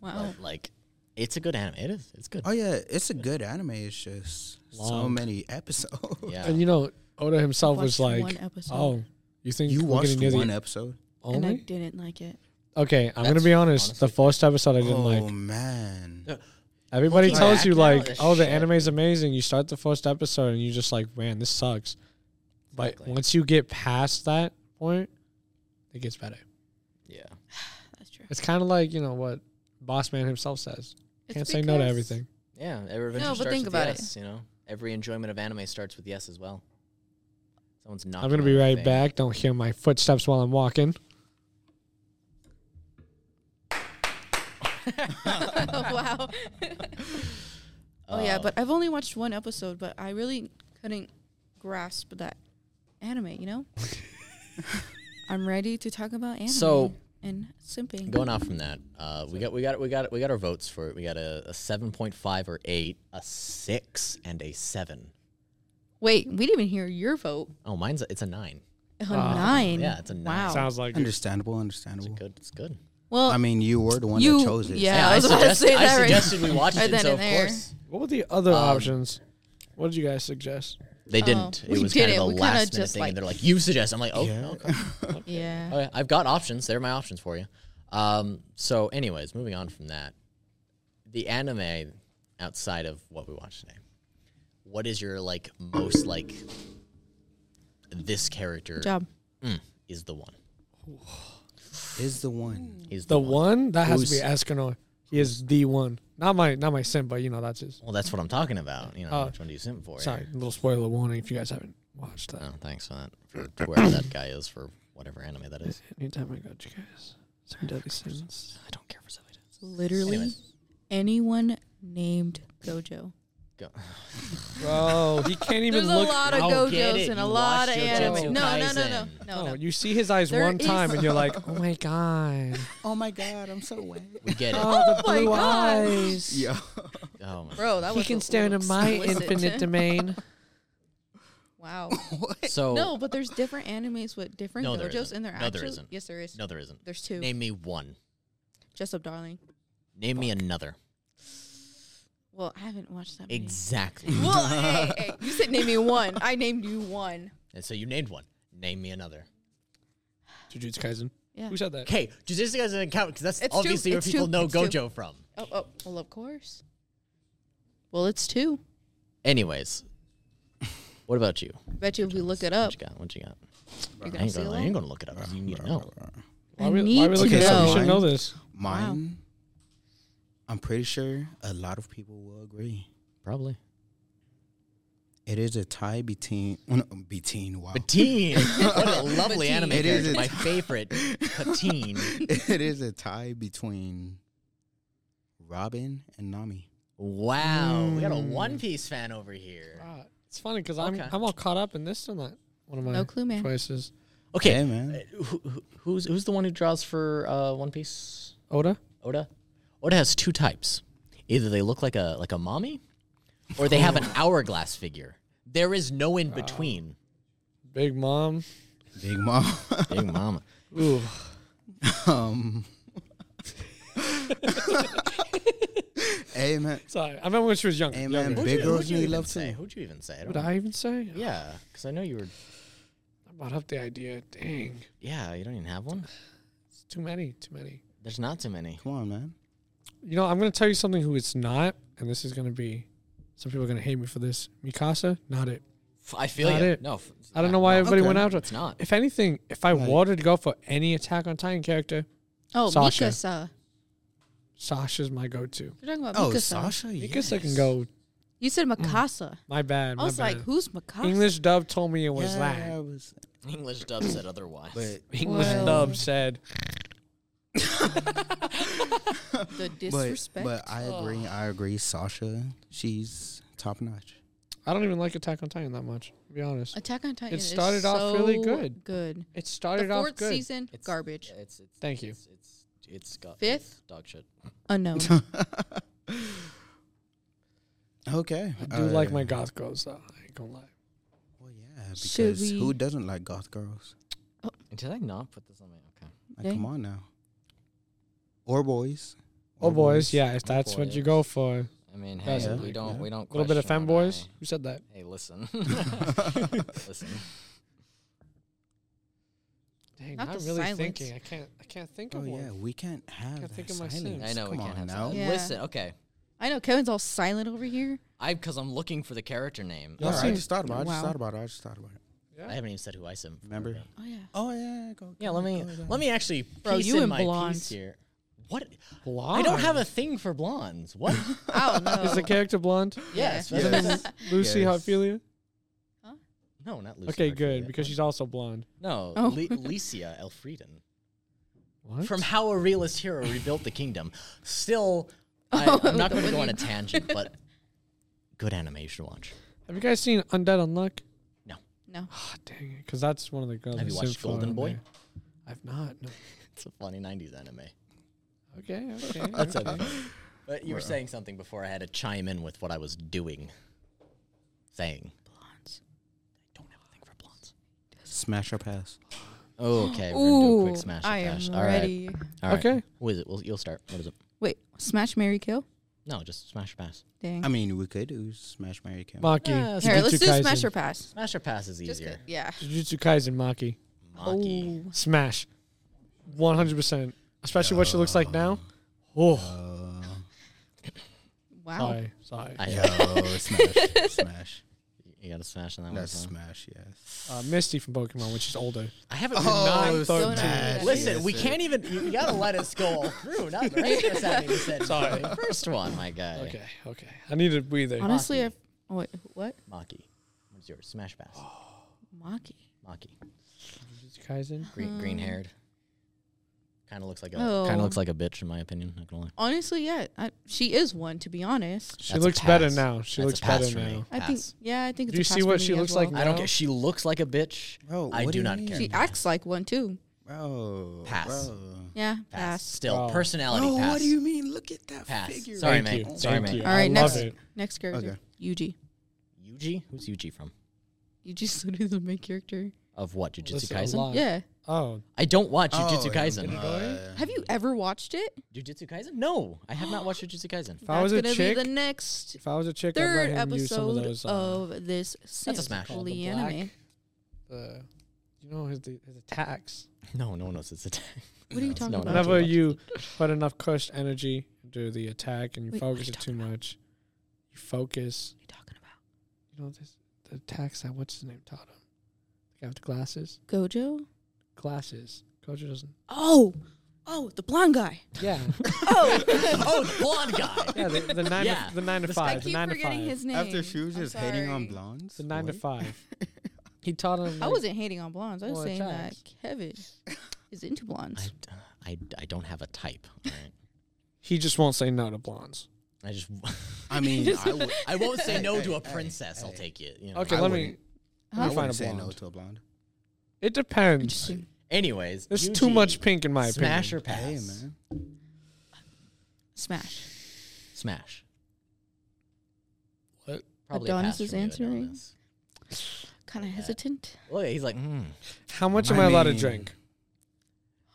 Speaker 3: Wow.
Speaker 2: But like it's a good anime. It is. It's good.
Speaker 1: oh yeah, it's a good anime. It's just so
Speaker 4: Long.
Speaker 1: many episodes.
Speaker 2: Yeah.
Speaker 4: and you know, Oda himself was
Speaker 3: Watched
Speaker 4: like,
Speaker 3: one episode.
Speaker 4: "Oh, you think
Speaker 1: You
Speaker 4: we're
Speaker 1: watched
Speaker 4: getting near
Speaker 1: one
Speaker 4: the
Speaker 1: episode.
Speaker 3: And I
Speaker 4: only?"
Speaker 3: didn't like it.
Speaker 4: Okay, I'm gonna
Speaker 2: That's
Speaker 4: be honest.
Speaker 2: honestly
Speaker 4: the first episode I didn't
Speaker 1: Oh
Speaker 4: like.
Speaker 1: man,
Speaker 4: Everybody
Speaker 2: Fucking
Speaker 4: tells
Speaker 2: act
Speaker 4: you
Speaker 2: out
Speaker 4: like,
Speaker 2: this
Speaker 4: "Oh, the
Speaker 2: shit,
Speaker 4: anime's amazing." You start the first episode and you're just like, "Man, this sucks." But
Speaker 2: Exactly.
Speaker 4: once you get past that point, it gets better.
Speaker 2: Yeah.
Speaker 3: That's true.
Speaker 4: It's kind of like you know what Boss Man himself says:
Speaker 3: It's
Speaker 4: "Can't say no to
Speaker 3: because-
Speaker 4: everything."
Speaker 2: Yeah. Every adventure
Speaker 3: but
Speaker 2: starts
Speaker 3: think
Speaker 2: with
Speaker 3: about it.
Speaker 2: yes, you know. Every enjoyment of anime starts with yes as well. Someone's not
Speaker 4: I'm gonna be right back. Don't hear my footsteps while I'm walking.
Speaker 3: wow. oh yeah,
Speaker 4: Uh,
Speaker 3: but I've only watched one episode, but I really couldn't grasp that anime. You know. I'm ready to talk about anime
Speaker 2: So-
Speaker 3: and simping.
Speaker 2: Going off from that, uh, we got we got we got we got our votes for it. We got a, a seven point five or eight, a six, and a seven.
Speaker 3: Wait, we didn't even hear your vote.
Speaker 2: Oh, mine's a, it's a nine.
Speaker 3: A nine.
Speaker 2: Uh, yeah, it's a nine.
Speaker 3: Wow.
Speaker 4: Sounds like
Speaker 1: understandable,
Speaker 2: It's
Speaker 1: understandable.
Speaker 2: good. It's good.
Speaker 3: well,
Speaker 1: I mean, you were the one
Speaker 3: you-
Speaker 1: that chose it.
Speaker 3: yeah. I was about to say that
Speaker 2: I
Speaker 3: right-
Speaker 2: suggested we watch
Speaker 3: right
Speaker 2: it,
Speaker 3: then
Speaker 2: so
Speaker 3: and
Speaker 2: of
Speaker 3: there.
Speaker 2: course
Speaker 4: What were the other
Speaker 2: Um,
Speaker 4: options? What did you guys suggest?
Speaker 2: they didn't.
Speaker 3: Oh, we
Speaker 2: it was
Speaker 3: didn't.
Speaker 2: kind of
Speaker 3: We
Speaker 2: a
Speaker 3: kinda
Speaker 2: last minute
Speaker 3: just,
Speaker 2: thing,
Speaker 3: like-
Speaker 2: and they're like, "You suggest." I'm like, "Oh,
Speaker 1: Yeah.
Speaker 2: okay.
Speaker 3: yeah.
Speaker 2: okay. I've got options. They're my options for you." Um, so, anyways, moving on from that, the anime outside of what we watched today. What is your like most like this character Mm,
Speaker 3: Good job.
Speaker 2: is the one?
Speaker 1: Is the one.
Speaker 2: Is
Speaker 4: The one that has to be
Speaker 1: Who's-
Speaker 4: Escanor. He is the one. Not my not my sim, but you know that's his.
Speaker 2: Well, that's what I'm talking about. You know,
Speaker 4: Oh.
Speaker 2: which one do you simp for?
Speaker 4: Sorry, little spoiler warning if you guys haven't watched that.
Speaker 2: Oh, thanks for that. For wherever that guy is for whatever anime that is.
Speaker 4: Anytime I go to you guys, some deadly sins.
Speaker 2: I don't care for somebody.
Speaker 3: Literally anyone named Gojo.
Speaker 2: Go.
Speaker 4: Bro, he can't
Speaker 3: There's
Speaker 4: even
Speaker 3: a
Speaker 4: look.
Speaker 3: lot of
Speaker 2: I'll get
Speaker 3: Gojos
Speaker 2: it.
Speaker 3: and a
Speaker 2: You
Speaker 3: lot of
Speaker 2: watched
Speaker 4: Jujutsu
Speaker 3: anime. No, no, no, no,
Speaker 2: Kaisen.
Speaker 3: no,
Speaker 4: No,
Speaker 3: no.
Speaker 4: Oh, you see his eyes
Speaker 3: There
Speaker 4: one
Speaker 3: is-
Speaker 4: time and you're like, oh my god.
Speaker 1: Oh my god, I'm so wet.
Speaker 2: We get it.
Speaker 4: Oh, the
Speaker 3: my
Speaker 4: blue
Speaker 3: God.
Speaker 4: eyes.
Speaker 1: yeah.
Speaker 2: Oh my.
Speaker 3: Bro, that
Speaker 4: He
Speaker 3: was
Speaker 4: can
Speaker 3: a
Speaker 4: stare into
Speaker 3: little
Speaker 4: my
Speaker 3: explicit.
Speaker 4: infinite domain.
Speaker 3: Wow.
Speaker 2: So
Speaker 3: No, but there's different animes with different
Speaker 2: Oh. No, there
Speaker 3: Gojos,
Speaker 2: isn't.
Speaker 3: and they're
Speaker 2: No, there
Speaker 3: actually
Speaker 2: isn't.
Speaker 3: yes, there is.
Speaker 2: no, there isn't.
Speaker 3: There's two.
Speaker 2: Name me one.
Speaker 3: Jessup, darling.
Speaker 2: Name me another.
Speaker 3: Well, I haven't watched that. Many.
Speaker 2: Exactly.
Speaker 3: well, hey, hey, you said name me one. I named you one.
Speaker 2: and so you named one. Name me another.
Speaker 4: Jujutsu Kaisen.
Speaker 3: Yeah.
Speaker 4: Who said that?
Speaker 2: Okay, Jujutsu guys doesn't count because that's
Speaker 3: It's two,
Speaker 2: obviously where
Speaker 3: it's
Speaker 2: people
Speaker 3: two,
Speaker 2: know
Speaker 3: it's two.
Speaker 2: Gojo from.
Speaker 3: Oh, oh, well, of course. Well, it's two.
Speaker 2: Anyways, what about you?
Speaker 3: Bet you if we look it up,
Speaker 2: What you got? What you got?
Speaker 3: Oh. you're
Speaker 2: I
Speaker 3: gonna
Speaker 2: ain't
Speaker 3: see a
Speaker 2: gonna, I
Speaker 3: lot.
Speaker 2: ain't gonna look it up. You need to know.
Speaker 4: Why
Speaker 3: I
Speaker 4: we, why
Speaker 3: need
Speaker 4: we
Speaker 3: to
Speaker 4: looking at this? You
Speaker 1: know.
Speaker 4: should know this.
Speaker 1: Mine. I'm pretty sure a lot of people will agree.
Speaker 2: Probably.
Speaker 1: It is a tie between oh, no, between wow.
Speaker 2: Patine. what a lovely
Speaker 3: Patine.
Speaker 2: anime
Speaker 1: It is
Speaker 2: character.
Speaker 1: a
Speaker 2: My
Speaker 1: t-
Speaker 2: favorite, Patine.
Speaker 1: it is a tie between Robin and Nami.
Speaker 2: Wow, we
Speaker 3: Mm.
Speaker 2: got a One Piece fan over here.
Speaker 4: Ah, it's funny because
Speaker 2: Okay.
Speaker 4: I'm I'm all caught up in this and that. One of my
Speaker 3: No clue, man.
Speaker 4: choices.
Speaker 2: Okay,
Speaker 1: Hey, man.
Speaker 2: uh, who, who- who's who's the one who draws for uh, One Piece?
Speaker 4: Oda.
Speaker 2: Oda. Oda has two types. Either they look like a like a mommy, or they have an hourglass figure. There is no in between.
Speaker 4: Big Mom.
Speaker 1: Big Mom.
Speaker 4: Ah.
Speaker 2: Big mama.
Speaker 4: Ooh,
Speaker 1: um, hey man.
Speaker 4: sorry. I remember when she was younger.
Speaker 1: Hey, man,
Speaker 4: younger.
Speaker 1: Big
Speaker 2: you-
Speaker 1: girls
Speaker 2: you
Speaker 1: need
Speaker 2: even
Speaker 1: love
Speaker 2: say?
Speaker 1: too.
Speaker 2: Who'd you even say? I
Speaker 4: What
Speaker 2: don't
Speaker 4: did
Speaker 2: know.
Speaker 4: I even say?
Speaker 2: Yeah, because I know you were.
Speaker 4: I brought up the idea. Dang,
Speaker 2: Yeah, you don't even have one.
Speaker 4: it's too many. Too many.
Speaker 2: There's not too many.
Speaker 1: Come on, man.
Speaker 4: You know, I'm gonna tell you something who it's not, and this is gonna be. Some people are gonna hate me for this. Mikasa, not it.
Speaker 2: F- I feel
Speaker 4: Not
Speaker 2: you.
Speaker 4: it.
Speaker 2: No, f-
Speaker 4: I don't
Speaker 2: no,
Speaker 4: know why
Speaker 2: no,
Speaker 4: everybody
Speaker 1: Okay.
Speaker 4: went after.
Speaker 2: It's not.
Speaker 4: If anything, if I
Speaker 1: Right.
Speaker 4: wanted to go for any Attack on Titan character,
Speaker 3: Oh,
Speaker 4: Sasha.
Speaker 3: Mikasa.
Speaker 4: Sasha's my go-to.
Speaker 3: You're talking about
Speaker 1: Oh,
Speaker 3: Mikasa.
Speaker 1: Sasha.
Speaker 4: I
Speaker 1: Yeah.
Speaker 4: guess I can go.
Speaker 3: You said Mikasa.
Speaker 4: My bad. My
Speaker 3: I was
Speaker 4: bad.
Speaker 3: like, who's Mikasa?
Speaker 4: English dub told me it was
Speaker 1: yeah, I
Speaker 4: that.
Speaker 1: was-
Speaker 2: English dub said otherwise.
Speaker 1: but
Speaker 4: English
Speaker 3: Well.
Speaker 4: dub said
Speaker 3: The
Speaker 1: but,
Speaker 3: disrespect.
Speaker 1: but I agree. I agree. Sasha, she's top notch.
Speaker 4: I don't even like Attack on Titan that much. To be honest,
Speaker 3: Attack on Titan.
Speaker 4: It
Speaker 3: is
Speaker 4: started off
Speaker 3: so
Speaker 4: really good.
Speaker 3: Good.
Speaker 4: it
Speaker 3: The
Speaker 4: started off
Speaker 3: fourth
Speaker 4: good.
Speaker 3: season,
Speaker 2: It's-
Speaker 3: garbage.
Speaker 2: It's, it's,
Speaker 4: Thank you.
Speaker 2: It's, it's, it's got
Speaker 3: Fifth?
Speaker 2: it's dog shit.
Speaker 3: Unknown.
Speaker 1: Okay.
Speaker 4: I do like my goth girls though. I ain't gonna lie.
Speaker 1: Well, yeah,
Speaker 3: Should
Speaker 1: because
Speaker 3: we-
Speaker 1: who doesn't like goth girls?
Speaker 2: Did I not put this on my okay?
Speaker 1: Like,
Speaker 3: Yeah.
Speaker 1: come on now. Or boys.
Speaker 4: Oh boys, yeah. If
Speaker 2: Oh,
Speaker 4: that's what you
Speaker 2: boys.
Speaker 4: go for, a
Speaker 2: I mean, hey,
Speaker 4: That's
Speaker 2: we
Speaker 1: it.
Speaker 2: don't we don't
Speaker 4: little bit of
Speaker 2: question
Speaker 4: femboys.
Speaker 2: what I-
Speaker 4: Who said that?
Speaker 2: Hey, listen, listen.
Speaker 4: Dang,
Speaker 3: Not
Speaker 4: I'm
Speaker 3: the
Speaker 4: really
Speaker 3: silence.
Speaker 4: thinking. I can't. I can't think
Speaker 1: Oh
Speaker 4: of
Speaker 1: yeah,
Speaker 4: one.
Speaker 1: we can't have
Speaker 4: Can't
Speaker 1: that
Speaker 4: think of my
Speaker 1: silence.
Speaker 4: sins.
Speaker 2: I know
Speaker 1: Come
Speaker 2: we can't
Speaker 1: on
Speaker 2: have
Speaker 1: now.
Speaker 2: that.
Speaker 3: Yeah.
Speaker 2: Listen, okay.
Speaker 3: I know Kevin's all silent over here.
Speaker 2: I because I'm looking for the character name.
Speaker 4: Y'all
Speaker 1: All right, I
Speaker 4: seen-
Speaker 1: just thought about it. I
Speaker 3: Wow.
Speaker 1: just thought about it. I just thought about it.
Speaker 2: I haven't even said who I am.
Speaker 1: Remember?
Speaker 3: Oh yeah.
Speaker 1: Oh yeah, go.
Speaker 2: Yeah, let me let me actually
Speaker 3: Bro,
Speaker 2: piece
Speaker 3: you
Speaker 2: in
Speaker 3: and
Speaker 2: my
Speaker 3: blonde.
Speaker 2: piece here. What?
Speaker 4: Blonde.
Speaker 2: I don't have a thing for blondes. What?
Speaker 3: I don't know.
Speaker 4: Is the character blonde?
Speaker 2: yes.
Speaker 1: Yeah.
Speaker 2: yes.
Speaker 1: Yes.
Speaker 4: Lucy
Speaker 1: Yes.
Speaker 4: Hartfilia?
Speaker 2: No, not Lucy.
Speaker 4: Okay,
Speaker 2: Hartfilia.
Speaker 4: good because she's also blonde.
Speaker 2: no
Speaker 3: Oh.
Speaker 2: Le- Licia Elfrieden.
Speaker 4: What?
Speaker 2: from how a realist hero rebuilt the kingdom. Still, I,
Speaker 3: Oh,
Speaker 2: I'm not going to
Speaker 3: the
Speaker 2: go on a
Speaker 3: winning.
Speaker 2: tangent, but good animation watch.
Speaker 4: Have you guys seen Undead Unluck?
Speaker 3: no.
Speaker 4: Ah, dang it, because that's one of the girls.
Speaker 2: Have you
Speaker 4: in
Speaker 2: watched
Speaker 4: Sinful
Speaker 2: Golden
Speaker 4: anime.
Speaker 2: Boy?
Speaker 4: I've not. No.
Speaker 2: It's a funny '90s anime.
Speaker 4: Okay, okay.
Speaker 2: That's
Speaker 4: okay.
Speaker 2: it. But you were saying something before I had to chime in with what I was doing, saying. Blondes. I don't have a thing for blondes.
Speaker 1: Smash or pass.
Speaker 2: Oh, okay. We're gonna do a
Speaker 3: Ooh,
Speaker 2: quick smash.
Speaker 3: I
Speaker 2: and
Speaker 3: am
Speaker 2: dash. All right.
Speaker 3: ready.
Speaker 2: All right.
Speaker 4: Okay.
Speaker 2: Who is it? Well, you'll start. What is it?
Speaker 3: Wait, smash, Mary kill.
Speaker 2: No, just smash or pass.
Speaker 3: Dang.
Speaker 1: I mean, we could do smash, marry, kill.
Speaker 4: Maki.
Speaker 2: Yeah,
Speaker 4: Jujutsu
Speaker 3: Here, Uh, let's do
Speaker 4: Kaisen.
Speaker 3: smash or pass.
Speaker 2: Smash or pass is
Speaker 3: Just
Speaker 2: easier.
Speaker 3: good. Yeah.
Speaker 4: Jujutsu Kaisen Maki.
Speaker 2: Maki.
Speaker 3: Oh.
Speaker 4: Smash. 100%. Especially what she looks like now. Oh,
Speaker 1: Uh,
Speaker 3: Wow.
Speaker 4: sorry.
Speaker 3: Oh.
Speaker 4: Sorry.
Speaker 2: I,
Speaker 1: yo, smash, smash.
Speaker 2: you got to smash on that
Speaker 1: That's
Speaker 2: one. huh?
Speaker 1: smash. Yes.
Speaker 4: Uh, Misty from Pokemon when she's older.
Speaker 2: I haven't been
Speaker 1: Oh,
Speaker 3: so nice.
Speaker 2: Listen,
Speaker 1: Yes,
Speaker 2: we
Speaker 1: sir.
Speaker 2: can't even. You gotta let us go all through. Not the rest of us having said
Speaker 4: Sorry.
Speaker 2: nothing. First one, my guy.
Speaker 4: Okay, okay. I need a breather.
Speaker 3: Honestly, I. Oh, wait, what?
Speaker 2: Maki. What's yours? Smash pass.
Speaker 4: Oh.
Speaker 3: Maki.
Speaker 2: Maki.
Speaker 4: Jujutsu Kaisen.
Speaker 2: Green, green haired. Kind of looks like a.
Speaker 3: Hmm. Oh.
Speaker 2: Kind of looks like a bitch, in my opinion. Not gonna lie.
Speaker 3: Honestly, yeah, I, she is one. To be honest,
Speaker 4: She
Speaker 2: That's a
Speaker 4: looks better
Speaker 2: pass.
Speaker 4: now. She
Speaker 2: That's a
Speaker 4: looks
Speaker 2: pass
Speaker 4: better
Speaker 2: for me.
Speaker 4: now.
Speaker 3: I think.
Speaker 2: Pass.
Speaker 3: Yeah, I think. It's
Speaker 4: Do you
Speaker 3: a
Speaker 4: see
Speaker 3: pass for
Speaker 4: what she
Speaker 3: me as
Speaker 4: looks like
Speaker 3: well.
Speaker 4: now?
Speaker 2: I don't care. She looks like a bitch.
Speaker 1: Bro,
Speaker 2: I
Speaker 1: what
Speaker 2: do
Speaker 1: you
Speaker 2: not
Speaker 1: mean?
Speaker 2: care.
Speaker 3: She acts like one too.
Speaker 1: Bro,
Speaker 2: Pass.
Speaker 1: Bro.
Speaker 3: Yeah,
Speaker 2: Pass.
Speaker 3: pass.
Speaker 2: Still,
Speaker 4: Wow.
Speaker 2: personality
Speaker 1: Bro,
Speaker 2: pass.
Speaker 1: what do you mean? Look at that
Speaker 2: Pass.
Speaker 1: figure.
Speaker 2: Sorry,
Speaker 4: Thank
Speaker 2: man.
Speaker 4: you.
Speaker 2: Sorry,
Speaker 4: Thank
Speaker 2: man.
Speaker 4: you.
Speaker 3: All right,
Speaker 4: I
Speaker 3: next
Speaker 4: love it.
Speaker 3: next character, Yuji.
Speaker 2: Yuji? Who's Yuji from?
Speaker 3: Yuji's literally the main character.
Speaker 2: Of what? Jujutsu
Speaker 4: Listen, a
Speaker 2: Kaisen?
Speaker 4: lot.
Speaker 3: Yeah.
Speaker 4: Oh,
Speaker 2: I don't watch
Speaker 1: Oh,
Speaker 2: Jujutsu
Speaker 1: yeah,
Speaker 2: Kaisen.
Speaker 1: uh,
Speaker 3: Have you ever watched it?
Speaker 2: Jujutsu Kaisen? No, I have not watched Jujutsu Kaisen.
Speaker 4: if I was a
Speaker 3: gonna
Speaker 4: chick,
Speaker 3: be the next
Speaker 4: if I was a chick, I'd let
Speaker 3: third
Speaker 4: him use some of
Speaker 3: episode
Speaker 4: those. uh,
Speaker 3: of this
Speaker 2: That's a smash.
Speaker 4: called the
Speaker 3: simply
Speaker 4: black-
Speaker 3: anime.
Speaker 4: the- you know his, his attacks.
Speaker 2: No, no one knows it's a.
Speaker 3: What are you
Speaker 2: That's
Speaker 3: talking
Speaker 2: no,
Speaker 3: about?
Speaker 2: that's-
Speaker 4: Whenever
Speaker 2: too much.
Speaker 4: you put enough cursed energy into the attack and you
Speaker 3: Wait, what
Speaker 4: focus
Speaker 3: are you
Speaker 4: it too much, you focus.
Speaker 3: you talking about?
Speaker 4: You know this the attacks that what's his name taught him. The guy with the glasses,
Speaker 3: Gojo?
Speaker 4: glasses. Gojo doesn't.
Speaker 3: Oh, Oh, the blonde guy.
Speaker 4: Yeah.
Speaker 3: Oh,
Speaker 2: oh, the blonde guy.
Speaker 4: Yeah, the, the nine
Speaker 2: Yeah.
Speaker 4: to, the nine to
Speaker 2: The
Speaker 3: I
Speaker 4: five. The
Speaker 3: keep
Speaker 4: nine to
Speaker 3: forgetting
Speaker 4: five.
Speaker 3: his name.
Speaker 1: After she was
Speaker 3: I'm
Speaker 1: just hating on
Speaker 3: sorry.
Speaker 1: blondes.
Speaker 4: the nine to
Speaker 1: what?
Speaker 4: five. He taught him.
Speaker 3: I
Speaker 4: like-
Speaker 3: wasn't hating on blondes. I was
Speaker 4: Well, it
Speaker 3: saying that
Speaker 4: tracks.
Speaker 3: Kevin is into
Speaker 2: I,
Speaker 3: blondes.
Speaker 2: I, I don't have a type. all right?
Speaker 4: He just won't say no to blondes.
Speaker 2: I just
Speaker 1: I mean, I would.
Speaker 2: I won't say
Speaker 1: Hey,
Speaker 2: no
Speaker 1: hey,
Speaker 2: to a
Speaker 1: hey,
Speaker 2: princess. I'll
Speaker 1: hey.
Speaker 2: take it. you know.
Speaker 4: Okay,
Speaker 1: I
Speaker 4: let me.
Speaker 1: wouldn't.
Speaker 4: Let
Speaker 1: I
Speaker 4: me find a
Speaker 1: wouldn't say
Speaker 4: blonde.
Speaker 1: no to a blonde.
Speaker 4: It depends.
Speaker 3: Interesting.
Speaker 2: Anyways,
Speaker 4: There's
Speaker 2: UG,
Speaker 4: too much pink in my
Speaker 2: smash
Speaker 4: opinion.
Speaker 2: or pass.
Speaker 1: Hey man,
Speaker 3: Smash.
Speaker 2: Smash.
Speaker 4: What?
Speaker 2: Probably a
Speaker 3: Adonis
Speaker 2: pass
Speaker 3: is
Speaker 2: from you,
Speaker 3: answering.
Speaker 2: Adonis.
Speaker 3: Kind of hesitant.
Speaker 2: Well, yeah, he's like, mm.
Speaker 4: How much
Speaker 1: I
Speaker 4: am I allowed to
Speaker 1: mean-
Speaker 4: drink?